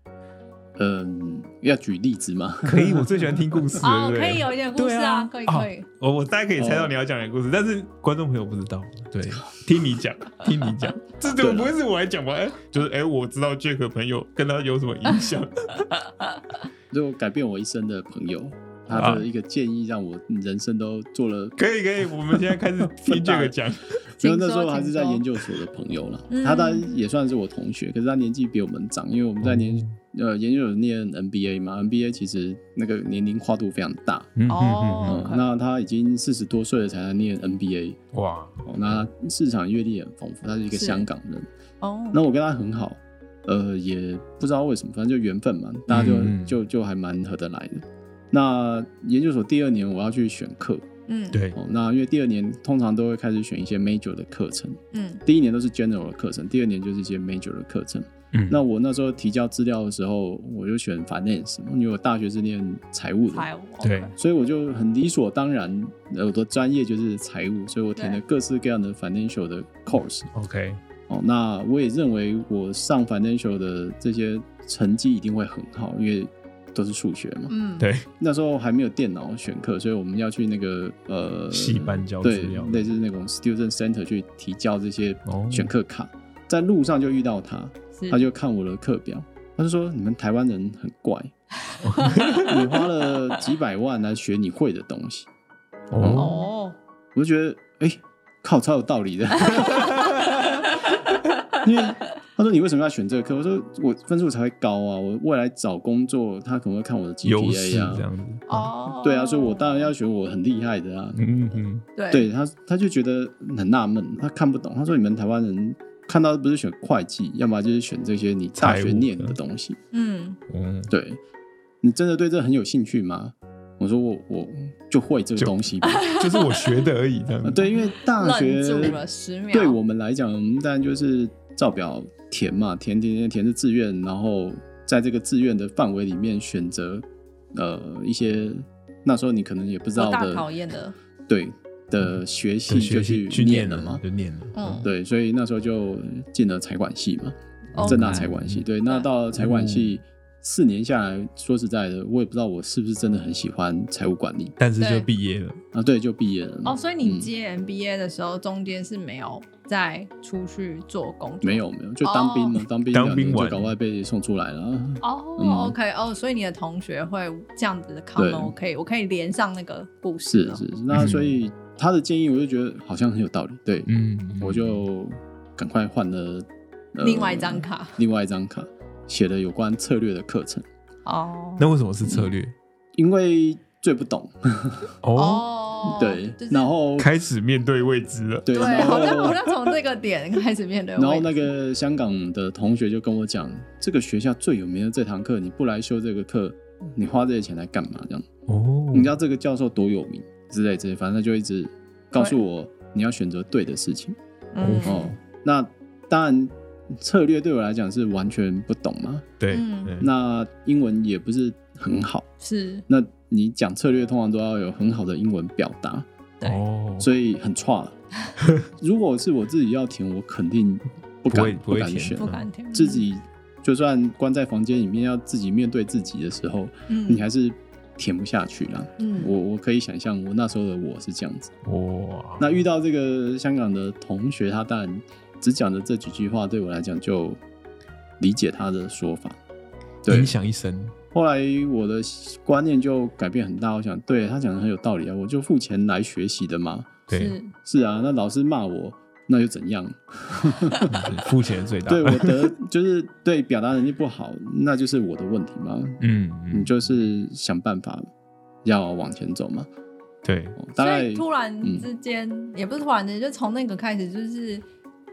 Speaker 3: 嗯，要举例子吗？
Speaker 1: 可以，我最喜欢听故事了，
Speaker 2: 哦，
Speaker 1: 对不
Speaker 2: 可
Speaker 1: 对？
Speaker 2: 以有一点故事
Speaker 1: 对
Speaker 2: 啊，可以可以。
Speaker 1: 我哦我大概可以猜到你要讲的故事，但是观众朋友不知道。 对，听你讲，听你讲， 这怎么不会是我来讲吧？哎，就是哎，我知道 Jack 的朋友跟他有什么影 响？
Speaker 3: 就改变我一生的朋友，他的一个建议让我人生都做了。
Speaker 1: 可以可以，我们现在开始听 Jack 讲。
Speaker 3: 因为
Speaker 2: 请
Speaker 3: 那时
Speaker 2: 说
Speaker 3: 候还
Speaker 2: 请
Speaker 3: 是在
Speaker 2: 说
Speaker 3: 研究所的朋友了
Speaker 2: 嗯，
Speaker 3: 他当然也算是我同学，可是他年纪比我们长，因为我们在研
Speaker 1: 哦
Speaker 3: 呃研究所念 MBA 嘛，MBA 其实那个年龄跨度非常大，
Speaker 1: 嗯
Speaker 2: 哦
Speaker 1: 嗯
Speaker 3: 嗯
Speaker 2: OK，
Speaker 3: 那他已经四十多岁了才来念 MBA，
Speaker 1: 嗯哇，
Speaker 3: 哦，那他市场阅历很丰富，他是一个
Speaker 2: 是
Speaker 3: 香港人，
Speaker 2: 哦，
Speaker 3: 那我跟他很好，呃，也不知道为什么，反正就缘分嘛，大家就、
Speaker 1: 嗯
Speaker 3: 就就还蛮合得来的。那研究所第二年我要去选课
Speaker 2: 嗯，，
Speaker 1: 对，
Speaker 3: 哦，那因为第二年通常都会开始选一些 major 的课程，
Speaker 2: 嗯
Speaker 3: 第一年都是 general 的课程，第二年就是一些 major 的课程。
Speaker 1: 嗯
Speaker 3: 那我那时候提交资料的时候，我就选 finance，嘛因为我大学是念财务的，
Speaker 2: 财务，哦
Speaker 1: 对
Speaker 2: OK，
Speaker 3: 所以我就很理所当然，呃我的专业就是财务，所以我填了各式各样的 financial 的 course。
Speaker 1: OK，
Speaker 3: 哦，那我也认为我上 financial 的这些成绩一定会很好，因为都是数学嘛。
Speaker 2: 嗯，
Speaker 1: 对，
Speaker 3: 那时候还没有电脑选课，所以我们要去那个呃
Speaker 1: 系办交资
Speaker 3: 对
Speaker 1: 料，
Speaker 3: 类似那种 student center 去提交这些
Speaker 1: 哦
Speaker 3: 选课卡。在路上就遇到他，
Speaker 2: 是
Speaker 3: 他就看我的课表，他就说：“你们台湾人很 怪，你花了几百万来学你会的东西。
Speaker 1: 哦，
Speaker 2: 哦，”
Speaker 3: 我就觉得，哎、靠，超有道理的。 因为他说你为什么要选这个课？我说我分数才会高啊，我未来找工作他可能会看我的
Speaker 1: 优势
Speaker 3: GPA
Speaker 1: 这
Speaker 3: 啊。
Speaker 1: 样子，
Speaker 2: 哦，
Speaker 3: 对啊，所以我当然要选我很厉害的啊。
Speaker 1: 嗯嗯
Speaker 2: 对
Speaker 3: 对他，他就觉得很纳闷，他看不懂。他说你们台湾人看到不是选会计，要么就是选这些你大
Speaker 1: 财
Speaker 3: 学
Speaker 1: 务
Speaker 3: 念
Speaker 1: 的
Speaker 3: 的东西。
Speaker 2: 嗯，
Speaker 1: 嗯，
Speaker 3: 对你真的对这很有兴趣吗？我说我我就会这个
Speaker 1: 就
Speaker 3: 东西吧。
Speaker 1: 就是我学的而已，这样
Speaker 3: 呃
Speaker 1: 子。
Speaker 3: 对，因为 大学
Speaker 2: 愣住了十秒，
Speaker 3: 对我们来讲，我们当然就是照表填嘛，填填填填是志愿，然后在这个志愿的范围里面选择呃一些那时候你可能也不知
Speaker 2: 我
Speaker 3: 道
Speaker 2: 大
Speaker 3: 的
Speaker 2: 讨厌的，
Speaker 3: 对的学系
Speaker 1: 对
Speaker 3: 就
Speaker 1: 学
Speaker 3: 去
Speaker 1: 习去
Speaker 3: 念
Speaker 1: 念
Speaker 3: 了嘛
Speaker 1: 嘛，。就念了，
Speaker 2: 嗯，
Speaker 3: 对，所以那时候就进了财管系嘛，
Speaker 1: 嗯
Speaker 2: OK
Speaker 3: 正大财管系。对，那到了财管系四年下来，说实在的，我也不知道我是不是真的很喜欢财务管理
Speaker 1: 但是
Speaker 2: 对
Speaker 1: 就毕业了，
Speaker 3: 啊。对，就毕业了嘛。
Speaker 2: 哦，所以你
Speaker 3: 嗯
Speaker 2: 接 MBA 的时候，中间是没有再出去做工作，
Speaker 3: 没有没有，就当兵嘛，当兵
Speaker 1: 当
Speaker 3: 两
Speaker 1: 兵
Speaker 3: 年就
Speaker 1: 完
Speaker 3: 赶快被送出来了。
Speaker 2: 哦、
Speaker 3: 嗯
Speaker 2: o k 哦，所以你的同学会这样子的 comment，我可以我可以连上那个故事
Speaker 3: 是
Speaker 2: 哦。
Speaker 3: 是，是那
Speaker 1: 嗯
Speaker 3: 所以他的建议我就觉得好像很有道理，对，
Speaker 1: 嗯，
Speaker 3: 我就赶快换了、呃
Speaker 2: 另外一张，卡
Speaker 3: 另外一张卡写了有关策略的课程，
Speaker 2: 哦，
Speaker 1: 那为什么是策略？
Speaker 3: 因为最不懂，
Speaker 1: 哦，
Speaker 2: 哦，
Speaker 3: 对
Speaker 2: 就是，
Speaker 3: 然后
Speaker 1: 开始面对未知了，
Speaker 3: 对，
Speaker 2: 对，
Speaker 3: 然
Speaker 2: 好像好
Speaker 3: 后
Speaker 2: 像从这个点开始面对问
Speaker 3: 然
Speaker 2: 题。
Speaker 3: 后那个香港的同学就跟我讲，这个学校最有名的这堂课，你不来修这个课，你花这些钱来干嘛？这样，
Speaker 2: 嗯
Speaker 1: 哦，
Speaker 3: 你知道这个教授多有名之类之类，反正就一直告诉我你要选择对的事情。
Speaker 2: 嗯
Speaker 3: 哦，那当然，策略对我来讲是完全不懂嘛。
Speaker 1: 对，
Speaker 2: 嗯
Speaker 1: 嗯
Speaker 3: 那英文也不是很好，
Speaker 2: 是
Speaker 3: 那你讲策略通常都要有很好的英文表达，
Speaker 2: 对
Speaker 1: 哦，
Speaker 3: 所以很 差。如果是我自己要填，我肯定不
Speaker 1: 不会
Speaker 3: 敢
Speaker 1: 不会
Speaker 3: 敢
Speaker 1: 填
Speaker 3: 选
Speaker 2: 不，敢听
Speaker 3: 自己就算关在房间里面要自己面对自己的时候，
Speaker 2: 嗯
Speaker 3: 你还是填不下去啦。
Speaker 2: 嗯
Speaker 3: 我我可以想象，我那时候的我是这样子。
Speaker 1: 哇，
Speaker 3: 那遇到这个香港的同学，他当然只讲的这几句话，对我来讲就理解他的说法。对
Speaker 1: 影，响一生，
Speaker 3: 后来我的观念就改变很大。我想，对他讲的很有道理啊，我就付钱来学习的嘛。
Speaker 1: 对，
Speaker 2: 是
Speaker 3: 是啊，那老师骂我，那又怎样？
Speaker 1: 付钱最大，
Speaker 3: 对我得就是对表达能力不好，那就是我的问题嘛。
Speaker 1: 嗯
Speaker 3: 你
Speaker 1: 嗯，
Speaker 3: 就是想办法要往前走嘛。
Speaker 1: 对，
Speaker 3: 哦
Speaker 2: 所
Speaker 3: 大概
Speaker 2: 以突然之间、也不是突然之间，就从那个开始，就是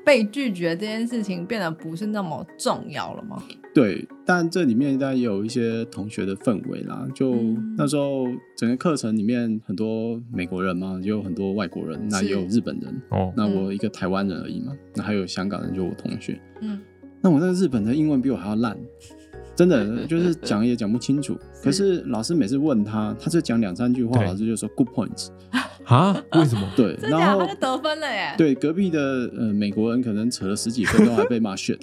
Speaker 2: 被拒绝这件事情变得不是那么重要了吗？
Speaker 3: 对，但这里面当然也有一些同学的氛围啦。就
Speaker 2: 嗯
Speaker 3: 那时候整个课程里面很多美国人嘛，也有很多外国人，那
Speaker 2: 是
Speaker 3: 也有日本人，
Speaker 1: 哦，
Speaker 3: 那我一个台湾人而已嘛，那还有香港人，就我同学。
Speaker 2: 嗯，
Speaker 3: 那我那个日本的英文比我还要烂，真 的就是讲也讲不清楚。可 是老师每次问他，他就讲两三句话，
Speaker 1: 对
Speaker 3: 老师就说 good points。
Speaker 1: 啊，为什么？
Speaker 3: 对，
Speaker 2: 真
Speaker 3: 然
Speaker 2: 假
Speaker 3: 后
Speaker 2: 他就得分了耶！，
Speaker 3: 对隔壁的呃美国人可能扯了十几分钟还被骂 shit。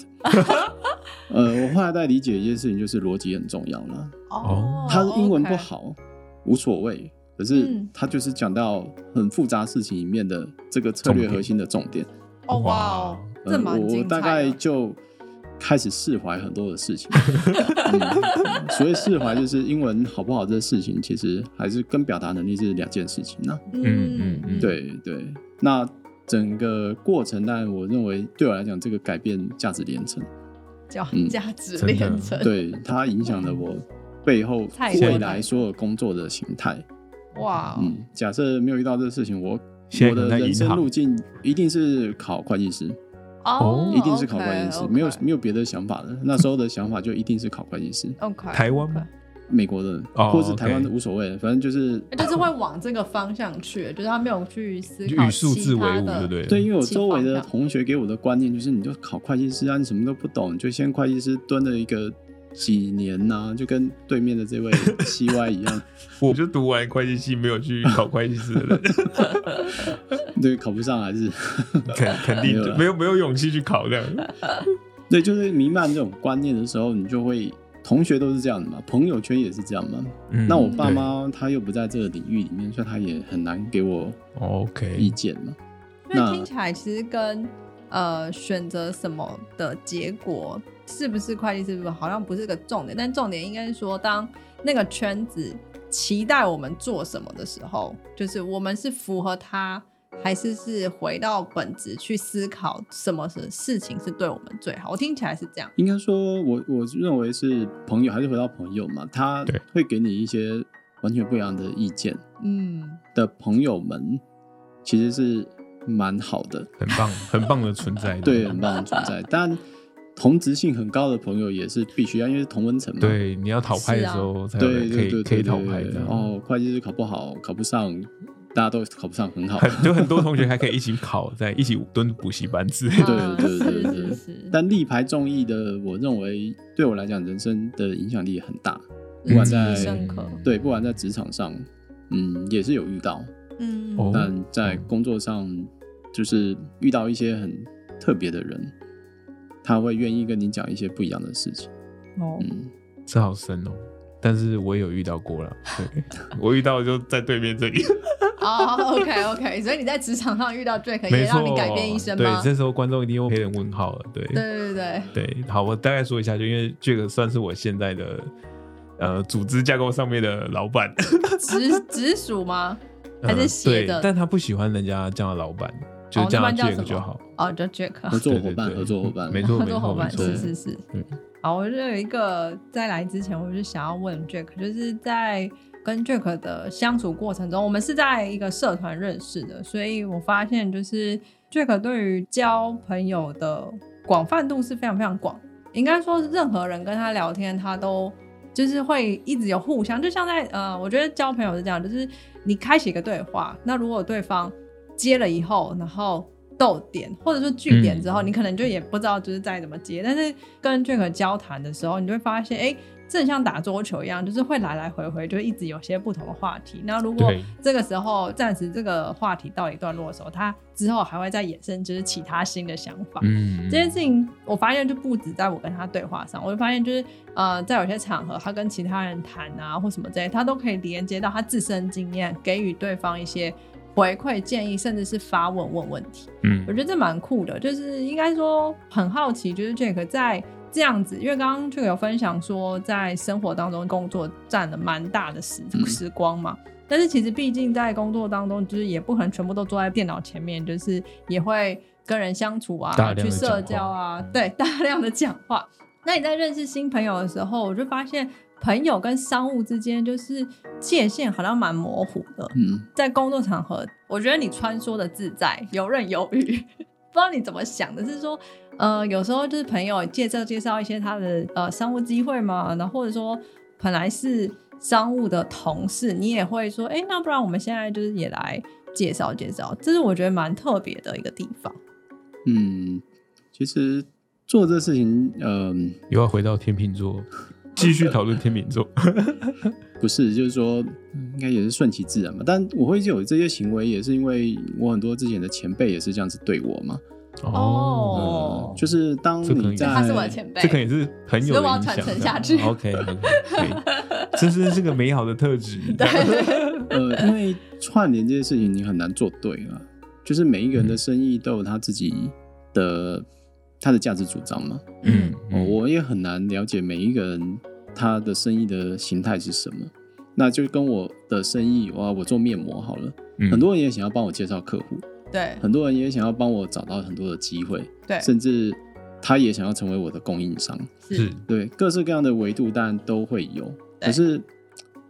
Speaker 3: 呃，我后来在理解一件事情，就是逻辑很重要啦。
Speaker 1: 哦
Speaker 3: 他英文不，好无所谓，可是
Speaker 2: 嗯
Speaker 3: 他就是讲到很复杂事情里面的这个策略核心的重点。
Speaker 2: 哦哇哦，
Speaker 3: 呃
Speaker 2: 这蛮
Speaker 3: 我我
Speaker 2: 精彩
Speaker 3: 大
Speaker 2: 的嗯
Speaker 3: 概就开始释怀很多的事情。嗯、所谓释怀，就是英文好不好这事情，其实还是跟表达能力是两件事情呢、
Speaker 1: 嗯嗯嗯，
Speaker 3: 对对，那整个过程，但我认为对我来讲，这个改变价值连 城，
Speaker 2: 叫
Speaker 3: 嗯
Speaker 2: 价值
Speaker 1: 真的
Speaker 2: 连城，
Speaker 3: 对它影响了我背后
Speaker 2: 太
Speaker 1: 多了
Speaker 3: 未来所有工作的形态。
Speaker 2: 哇哦，
Speaker 3: 嗯，假设没有遇到这个事情，我
Speaker 1: 现在
Speaker 3: 我
Speaker 1: 可
Speaker 3: 的
Speaker 1: 能在
Speaker 3: 人
Speaker 1: 银
Speaker 3: 生
Speaker 1: 行
Speaker 3: 路径一定是考会计师，
Speaker 1: 哦
Speaker 3: 一定是考会计师，没有没
Speaker 2: 有
Speaker 3: 有别的想法的。那时候的想法就一定是考会计师，
Speaker 2: OK，
Speaker 1: 台湾吗？
Speaker 3: 美国的
Speaker 1: 哦
Speaker 3: 或是台湾的
Speaker 1: OK
Speaker 3: 无所谓，反正就是
Speaker 2: 就是会往这个方向去，就是他没有去思考
Speaker 1: 与数字为伍，对不
Speaker 2: 对？
Speaker 1: 对？
Speaker 3: 对，因为我
Speaker 2: 情
Speaker 3: 周围
Speaker 2: 况
Speaker 3: 的
Speaker 2: 上
Speaker 3: 同学给我的观念就是，你就考会计师啊，你什么都不懂，你就先会计师蹲了一个几年呐、就跟对面的这 位西 Y 一样，
Speaker 1: 我就读完会计系，没有去考会计师的人，
Speaker 3: 对，考不上还是
Speaker 1: 肯肯定
Speaker 3: 没有啦
Speaker 1: 没有没有勇气去考这样。
Speaker 3: 对，就是弥漫这种观念的时候，你就会同学都是这样的嘛，朋友圈也是这样嘛。
Speaker 1: 嗯
Speaker 3: 那我爸妈他又不在这个领域里面，所以他也很难给我
Speaker 1: 对，OK，哦
Speaker 3: 意见嘛。
Speaker 2: 因为
Speaker 3: 那
Speaker 2: 听起来其实跟呃选择什么的结果是不是会计师，好像不是个重点，但重点应该是说，当那个圈子期待我们做什么的时候，就是我们是符合它，还是是回到本质去思考什么是事情是对我们最好。我听起来是这样，
Speaker 3: 应该说我，我认为是朋友，还是回到朋友嘛，他
Speaker 1: 对
Speaker 3: 会给你一些完全不一样的意见。
Speaker 2: 嗯，
Speaker 3: 的朋友们其实是蛮好的，
Speaker 1: 很棒，很棒的存在。
Speaker 3: 对，很棒的存在。但同质性很高的朋友也是必须啊要，因为是同温层嘛。
Speaker 1: 对，你要讨拍的时候才有
Speaker 3: 对
Speaker 1: 人可
Speaker 3: 啊对
Speaker 1: 以
Speaker 3: 对
Speaker 1: 可以
Speaker 3: 对
Speaker 1: 讨嗯
Speaker 3: 对
Speaker 1: 拍这样。
Speaker 3: 哦，会计师考不好，考不上，大家都考不上，很好。
Speaker 1: 很有很多同学还可以一起考，在一起蹲补习班之类的。
Speaker 3: 对
Speaker 2: 啊
Speaker 3: 对对
Speaker 2: 是
Speaker 3: 对
Speaker 2: 是是，
Speaker 3: 但力排众议的，我认为对我来讲，人生的影响力也很大。不管
Speaker 2: 印象
Speaker 3: 在
Speaker 2: 深刻，
Speaker 3: 嗯
Speaker 1: 嗯
Speaker 3: 对，不管在职场上，嗯，也是有遇到，
Speaker 2: 嗯，
Speaker 1: 哦
Speaker 3: 但在工作上，就是遇到一些很特别的人，他会愿意跟你讲一些不一样的事情。
Speaker 2: 哦
Speaker 3: 嗯，
Speaker 1: 这好深哦。但是我也有遇到过了，对我遇到就在对面这里，
Speaker 2: 哦，OK OK，所以你在职场上遇到 Drake 也
Speaker 1: 没错哦
Speaker 2: 让你改变一生
Speaker 1: 对
Speaker 2: 吗，？
Speaker 1: 这时候观众一定会有点问号了，对，
Speaker 2: 对对对
Speaker 1: 对，好，我大概说一下，就因为这个算是我现在的呃组织架构上面的老板，
Speaker 2: 对，直直属吗？还是
Speaker 1: 呃
Speaker 2: 斜的
Speaker 1: 对但他不喜欢人家叫他老板，就
Speaker 2: 哦
Speaker 1: 叫他
Speaker 2: 那不然叫
Speaker 1: Jack
Speaker 2: 什
Speaker 1: 就
Speaker 2: 么
Speaker 1: 好，
Speaker 2: 哦，就 Drake
Speaker 3: 合作伙
Speaker 1: 对
Speaker 3: 伴，
Speaker 1: 对对
Speaker 3: 合作伙伴，
Speaker 1: 没错
Speaker 2: 合
Speaker 1: 没
Speaker 2: 作
Speaker 1: 错
Speaker 2: 伙伴
Speaker 1: 没
Speaker 3: 错
Speaker 2: 是是是
Speaker 1: 嗯。
Speaker 2: 好，我就有一个在来之前，我就想要问 Jack，就是在跟 Jack 的相处过程中，我们是在一个社团认识的，所以我发现就是 Jack 对于交朋友的广泛度是非常非常广，应该说任何人跟他聊天，他都就是会一直有互相，就像在呃，我觉得交朋友是这样，就是你开启一个对话，那如果对方接了以后，然后逗点或者说句
Speaker 1: 嗯
Speaker 2: 点之后，你可能就也不知道就是再怎么接，但是跟 Jack 交谈的时候，你就会发现，哎、正像打桌球一样，就是会来来回回，就一直有些不同的话题。那如果
Speaker 1: 对
Speaker 2: 这个时候暂时这个话题到一段落的时候，他之后还会再衍生就是其他新的想法。
Speaker 1: 嗯，
Speaker 2: 这件事情我发现就不止在我跟他对话上，我就发现就是呃，在有些场合，他跟其他人谈啊或什么之类，他都可以连接到他自身经验，给予对方一些回馈建议，甚至是发问问问题。
Speaker 1: 嗯
Speaker 2: 我觉得这蛮酷的，就是应该说很好奇，就是 Jack 在这样子，因为刚刚 Jack 有分享说，在生活当中工作占了蛮大的时
Speaker 3: 嗯
Speaker 2: 时光嘛。但是其实毕竟在工作当中，就是也不可能全部都坐在电脑前面，就是也会跟人相处啊
Speaker 1: 大，量
Speaker 2: 去
Speaker 1: 地
Speaker 2: 社
Speaker 1: 讲
Speaker 2: 交
Speaker 1: 话
Speaker 2: 啊
Speaker 1: 嗯，
Speaker 2: 对，大量的讲话。那你在认识新朋友的时候，我就发现朋友跟商务之间就是界限好像蛮模糊的。
Speaker 3: 嗯，
Speaker 2: 在工作场合，我觉得你穿梭的自在，游刃有余。 不知道你怎么想的，是说，呃，有时候就是朋友介绍介绍一些他的呃商务机会嘛，然后或者说本来是商务的同事，你也会说，哎、那不然我们现在就是也来介绍介绍，这是我觉得蛮特别的一个地方。
Speaker 3: 嗯，其实做这事情，嗯、
Speaker 1: 又要回到天秤座，继续讨论天秤座，
Speaker 3: 不是，就是说，嗯应该也是顺其自然吧。但我会有这些行为，也是因为我很多之前的前辈也是这样子对我嘛。
Speaker 2: 哦
Speaker 3: 呃就是当
Speaker 1: 这可能
Speaker 3: 你
Speaker 1: 也
Speaker 3: 在，
Speaker 1: 是
Speaker 2: 他是我的前辈，
Speaker 1: 这可能也是很有
Speaker 2: 所
Speaker 1: 的
Speaker 2: 以我要
Speaker 1: 影响
Speaker 2: 传承
Speaker 1: 的
Speaker 2: 下去
Speaker 1: OK，可以，这是这个美好的特 质。
Speaker 3: 呃，因为串联这件事情你很难做对了，就是每一个人
Speaker 1: 嗯
Speaker 3: 的生意都有他自己的、他的价值主张嘛。
Speaker 1: 嗯，
Speaker 3: 哦，
Speaker 1: 嗯
Speaker 3: 我也很难了解每一个人他的生意的形态是什么。那就跟我的生意，哇，我做面膜好了，
Speaker 1: 嗯
Speaker 3: 很多人也想要帮我介绍客户，
Speaker 2: 对
Speaker 3: 很多人也想要帮我找到很多的机会，
Speaker 2: 对
Speaker 3: 甚至他也想要成为我的供应商。
Speaker 1: 是
Speaker 3: 对，各式各样的维度当然都会有，
Speaker 2: 对
Speaker 3: 可是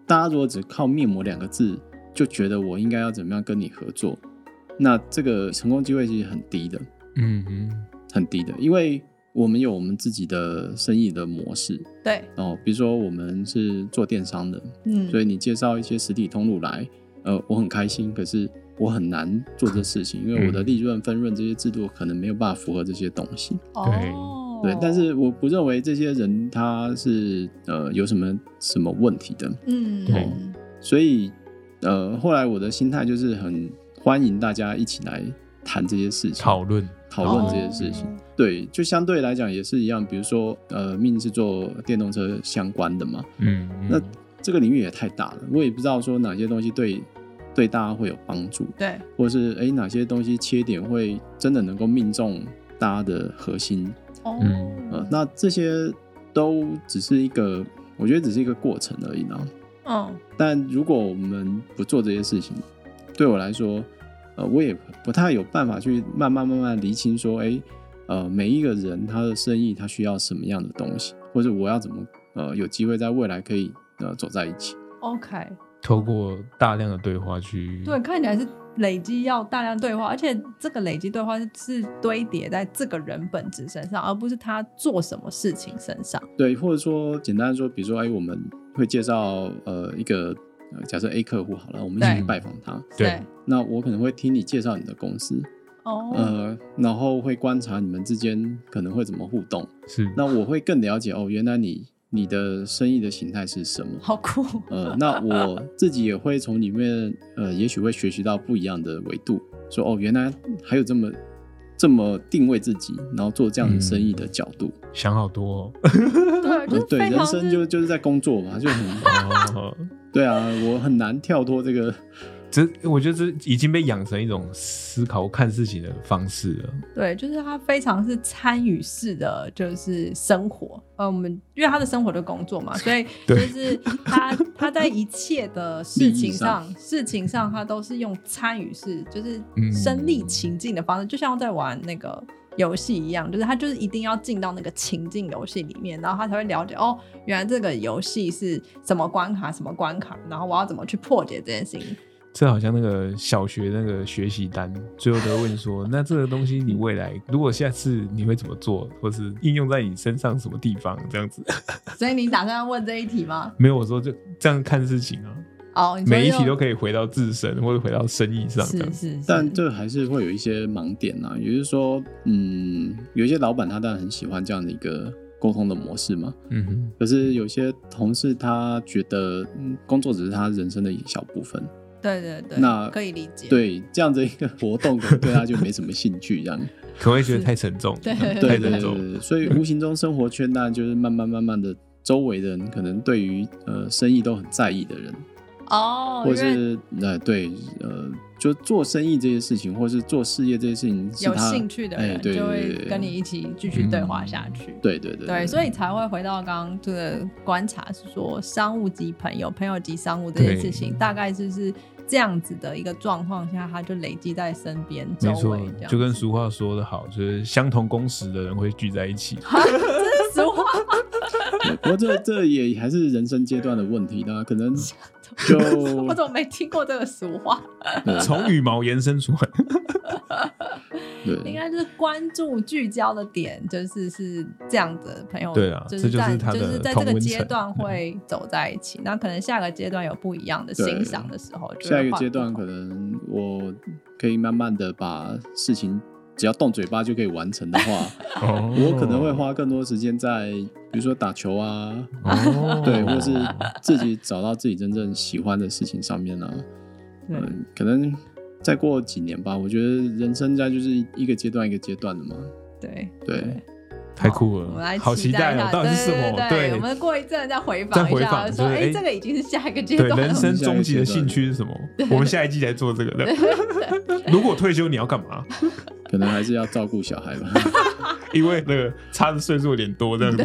Speaker 3: 大家如果只靠面膜两个字就觉得我应该要怎么样跟你合作，那这个成功机会其实很低的，
Speaker 1: 嗯嗯
Speaker 3: 很低的，因为我们有我们自己的生意的模式
Speaker 2: 对，
Speaker 3: 哦，比如说我们是做电商的，
Speaker 2: 嗯，
Speaker 3: 所以你介绍一些实体通路来，呃，我很开心，可是我很难做这事情，因为我的
Speaker 1: 嗯
Speaker 3: 利润分润这些制度可能没有办法符合这些东西。
Speaker 1: 对
Speaker 2: 哦
Speaker 3: 对，但是我不认为这些人他是呃有什么什么问题的，
Speaker 2: 嗯，
Speaker 1: 对
Speaker 3: 所以呃后来我的心态就是很欢迎大家一起来谈这些事情，
Speaker 1: 讨论，
Speaker 3: 讨论这些事情。
Speaker 2: 哦
Speaker 3: 对，就相对来讲也是一样，比如说呃命是做电动车相关的嘛，
Speaker 1: 嗯，嗯
Speaker 3: 那这个领域也太大了，我也不知道说哪些东西对对大家会有帮助，
Speaker 2: 对
Speaker 3: 或是诶哪些东西切点会真的能够命中大家的核心。
Speaker 2: 哦
Speaker 1: 嗯
Speaker 3: 呃，那这些都只是一个，我觉得只是一个过程而已呢。
Speaker 2: 嗯
Speaker 3: 但如果我们不做这些事情，对我来说，呃，我也不太有办法去慢慢慢慢厘清说，哎、呃，每一个人他的生意他需要什么样的东西，或者我要怎么呃有机会在未来可以呃走在一起。
Speaker 2: ，OK，
Speaker 1: 透过大量的对话
Speaker 3: 嗯
Speaker 1: 去
Speaker 2: 对，看起来是累积要大量对话，而且这个累积对话是是堆叠在这个人本质身上，而不是他做什么事情身上。
Speaker 3: 对，或者说简单地说，比如说，哎、我们会介绍呃一个呃假设 A 客户好了，我们一起
Speaker 2: 对
Speaker 3: 去拜访他，
Speaker 1: 对
Speaker 3: 那我可能会听你介绍你的公司，
Speaker 2: 哦，
Speaker 3: 呃，然后会观察你们之间可能会怎么互动。
Speaker 1: 是
Speaker 3: 那我会更了解哦，原来你你的生意的形态是什么。
Speaker 2: 好酷，
Speaker 3: 呃，那我自己也会从里面呃，也许会学习到不一样的维度，说哦，原来还有这么这么定位自己，然后做这样的生意的角度。
Speaker 2: 嗯
Speaker 1: 想好多、 哦。
Speaker 2: 对，啊就是
Speaker 3: 呃对，
Speaker 2: 非常
Speaker 3: 人生就是就是在工作嘛，就很
Speaker 1: 哦
Speaker 3: 对啊，我很难跳脱这个。
Speaker 1: 这我觉得这已经被养成一种思考、看事情的方式了。
Speaker 2: 对，就是他非常是参与式的，就是生活。呃，我们因为他的生活的工作嘛，所以就
Speaker 1: 对
Speaker 2: 是他他在一切的事情上，事情上他都是用参与式，就是
Speaker 1: 嗯
Speaker 2: 身临情境的方式，就像在玩那个。游戏一样，就是他就是一定要进到那个情境游戏里面，然后他才会了解哦，原来这个游戏是什么关卡，什么关卡，然后我要怎么去破解这件事情。
Speaker 1: 这好像那个小学那个学习单，最后都会问说：“那这个东西你未来如果下次你会怎么做，或是应用在你身上什么地方？”这样子
Speaker 2: 所以你打算要问这一题吗？
Speaker 1: 没有我说就这样看事情啊，
Speaker 2: 哦，你说
Speaker 1: 每一题
Speaker 2: 用
Speaker 1: 都可以回到自身或者回到生意上这样
Speaker 2: 是
Speaker 1: 子。
Speaker 2: 是是，
Speaker 3: 但这还是会有一些盲点呐、也就是说，嗯，有一些老板他当然很喜欢这样的一个沟通的模式嘛，
Speaker 1: 嗯哼，
Speaker 3: 可是有些同事他觉得，嗯，工作只是他人生的一小部分，
Speaker 2: 对对对，
Speaker 3: 那
Speaker 2: 可以理解。
Speaker 3: 对这样的一个活动，可能对他就没什么兴趣，这样。
Speaker 1: 可能会觉得太沉重，
Speaker 2: 对
Speaker 3: 对
Speaker 1: 太
Speaker 3: 对
Speaker 1: 沉
Speaker 3: 对
Speaker 1: 重。
Speaker 3: 对，所以无形中生活圈当然就是慢慢慢慢的，周围的人可能对于呃生意都很在意的人，
Speaker 2: 哦，
Speaker 3: 或
Speaker 2: 因为
Speaker 3: 是呃对呃就做生意这些事情，或是做事业这些事情是
Speaker 2: 有
Speaker 3: 他
Speaker 2: 兴趣的
Speaker 3: 哎
Speaker 2: 人
Speaker 3: 对
Speaker 2: 就
Speaker 3: 对
Speaker 2: 会
Speaker 3: 对对
Speaker 2: 跟你一起继续对话下去。
Speaker 3: 对对对
Speaker 2: 对，所以才会回到刚刚这个观察，是说商务及朋友，朋友及商务这件事情，
Speaker 1: 对
Speaker 2: 大概就是这样子的一个状况下，它就累积在身边周
Speaker 1: 没错
Speaker 2: 围这，样。
Speaker 1: 就 跟俗话说得好，就是相同工时的人会聚在一 起。
Speaker 2: 实话，
Speaker 3: 对不 过这这也还是人生阶段的问题，那可能就
Speaker 2: 我怎么没听过这个俗话？
Speaker 1: 从羽毛延伸 出来，
Speaker 2: 应
Speaker 3: 对。
Speaker 2: 该就是关注聚焦的点，就是是这样子的朋友，
Speaker 1: 对啊
Speaker 2: 就
Speaker 1: 这
Speaker 2: 是
Speaker 1: 就是
Speaker 2: 在
Speaker 1: 他的
Speaker 2: 是在这
Speaker 1: 同
Speaker 2: 个
Speaker 1: 温
Speaker 2: 阶
Speaker 1: 层嗯
Speaker 2: 段会走在一起，那可能下个阶段有不一样的
Speaker 3: 对
Speaker 2: 欣赏的时候，就
Speaker 3: 下
Speaker 2: 会
Speaker 3: 一个
Speaker 2: 换
Speaker 3: 阶
Speaker 2: 不
Speaker 3: 段
Speaker 2: 同
Speaker 3: 可能我可以慢慢的把事情，只要动嘴巴就可以完成的话，
Speaker 1: 哦
Speaker 3: 我可能会花更多时间在比如说打球啊，
Speaker 1: 哦
Speaker 3: 对，或是自己找到自己真正喜欢的事情上面呢、啊
Speaker 2: 对
Speaker 3: 嗯，可能再过几年吧，我觉得人生在就是一个阶段一个阶段的嘛。
Speaker 2: 对
Speaker 3: 对，
Speaker 1: 太酷
Speaker 2: 我们来
Speaker 1: 了，好期待
Speaker 2: 一
Speaker 1: 哦
Speaker 2: 下！
Speaker 1: 到底是什
Speaker 2: 对
Speaker 1: 么？
Speaker 2: 对对，我们过一阵再回
Speaker 1: 再
Speaker 2: 访一
Speaker 1: 回
Speaker 2: 下，
Speaker 1: 访
Speaker 2: 说
Speaker 1: 就是
Speaker 2: 哎，
Speaker 1: 哎
Speaker 2: 这个已经是下一个阶
Speaker 1: 对
Speaker 2: 段
Speaker 1: 人
Speaker 2: 了。
Speaker 1: 生终极的兴趣是什么？我们下一季来做这个的。如果退休你要干嘛？
Speaker 3: 可能还是要照顾小孩吧。
Speaker 1: 因为那个差的岁数有点多，这样子。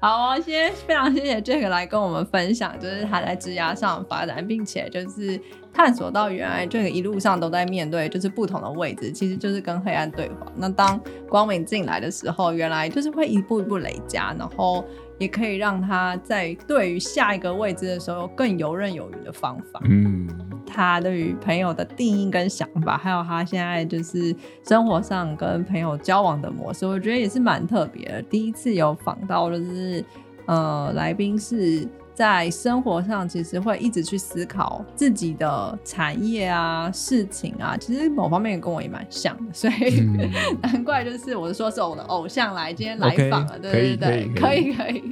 Speaker 2: 好哦，今天非常谢谢 Jack 来跟我们分享，就是他在职涯上的发展，并且就是探索到原来这个一路上都在面对就是不同的位置，其实就是跟黑暗对话。那当光明进来的时候，原来就是会一步一步累加，然后也可以让他在对于下一个位置的时候更游刃有余的方法。
Speaker 1: 嗯，
Speaker 2: 他对于朋友的定义跟想法，还有他现在就是生活上跟朋友交往的模式，我觉得也是蛮特别的。第一次有访到就是呃，来宾是在生活上其实会一直去思考自己的产业啊、事情啊，其实某方面跟我也蛮像的，所以、
Speaker 1: 嗯
Speaker 2: 难怪就是我说是我的偶像来今天来
Speaker 1: OK，
Speaker 2: 访了，对
Speaker 1: 可
Speaker 2: 对
Speaker 1: 以
Speaker 2: 对，
Speaker 1: 可
Speaker 2: 可
Speaker 1: 以
Speaker 2: 以可以，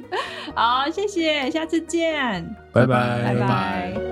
Speaker 2: 好，谢谢，下次见，
Speaker 1: 拜
Speaker 3: 拜
Speaker 2: 拜
Speaker 1: 拜
Speaker 2: 拜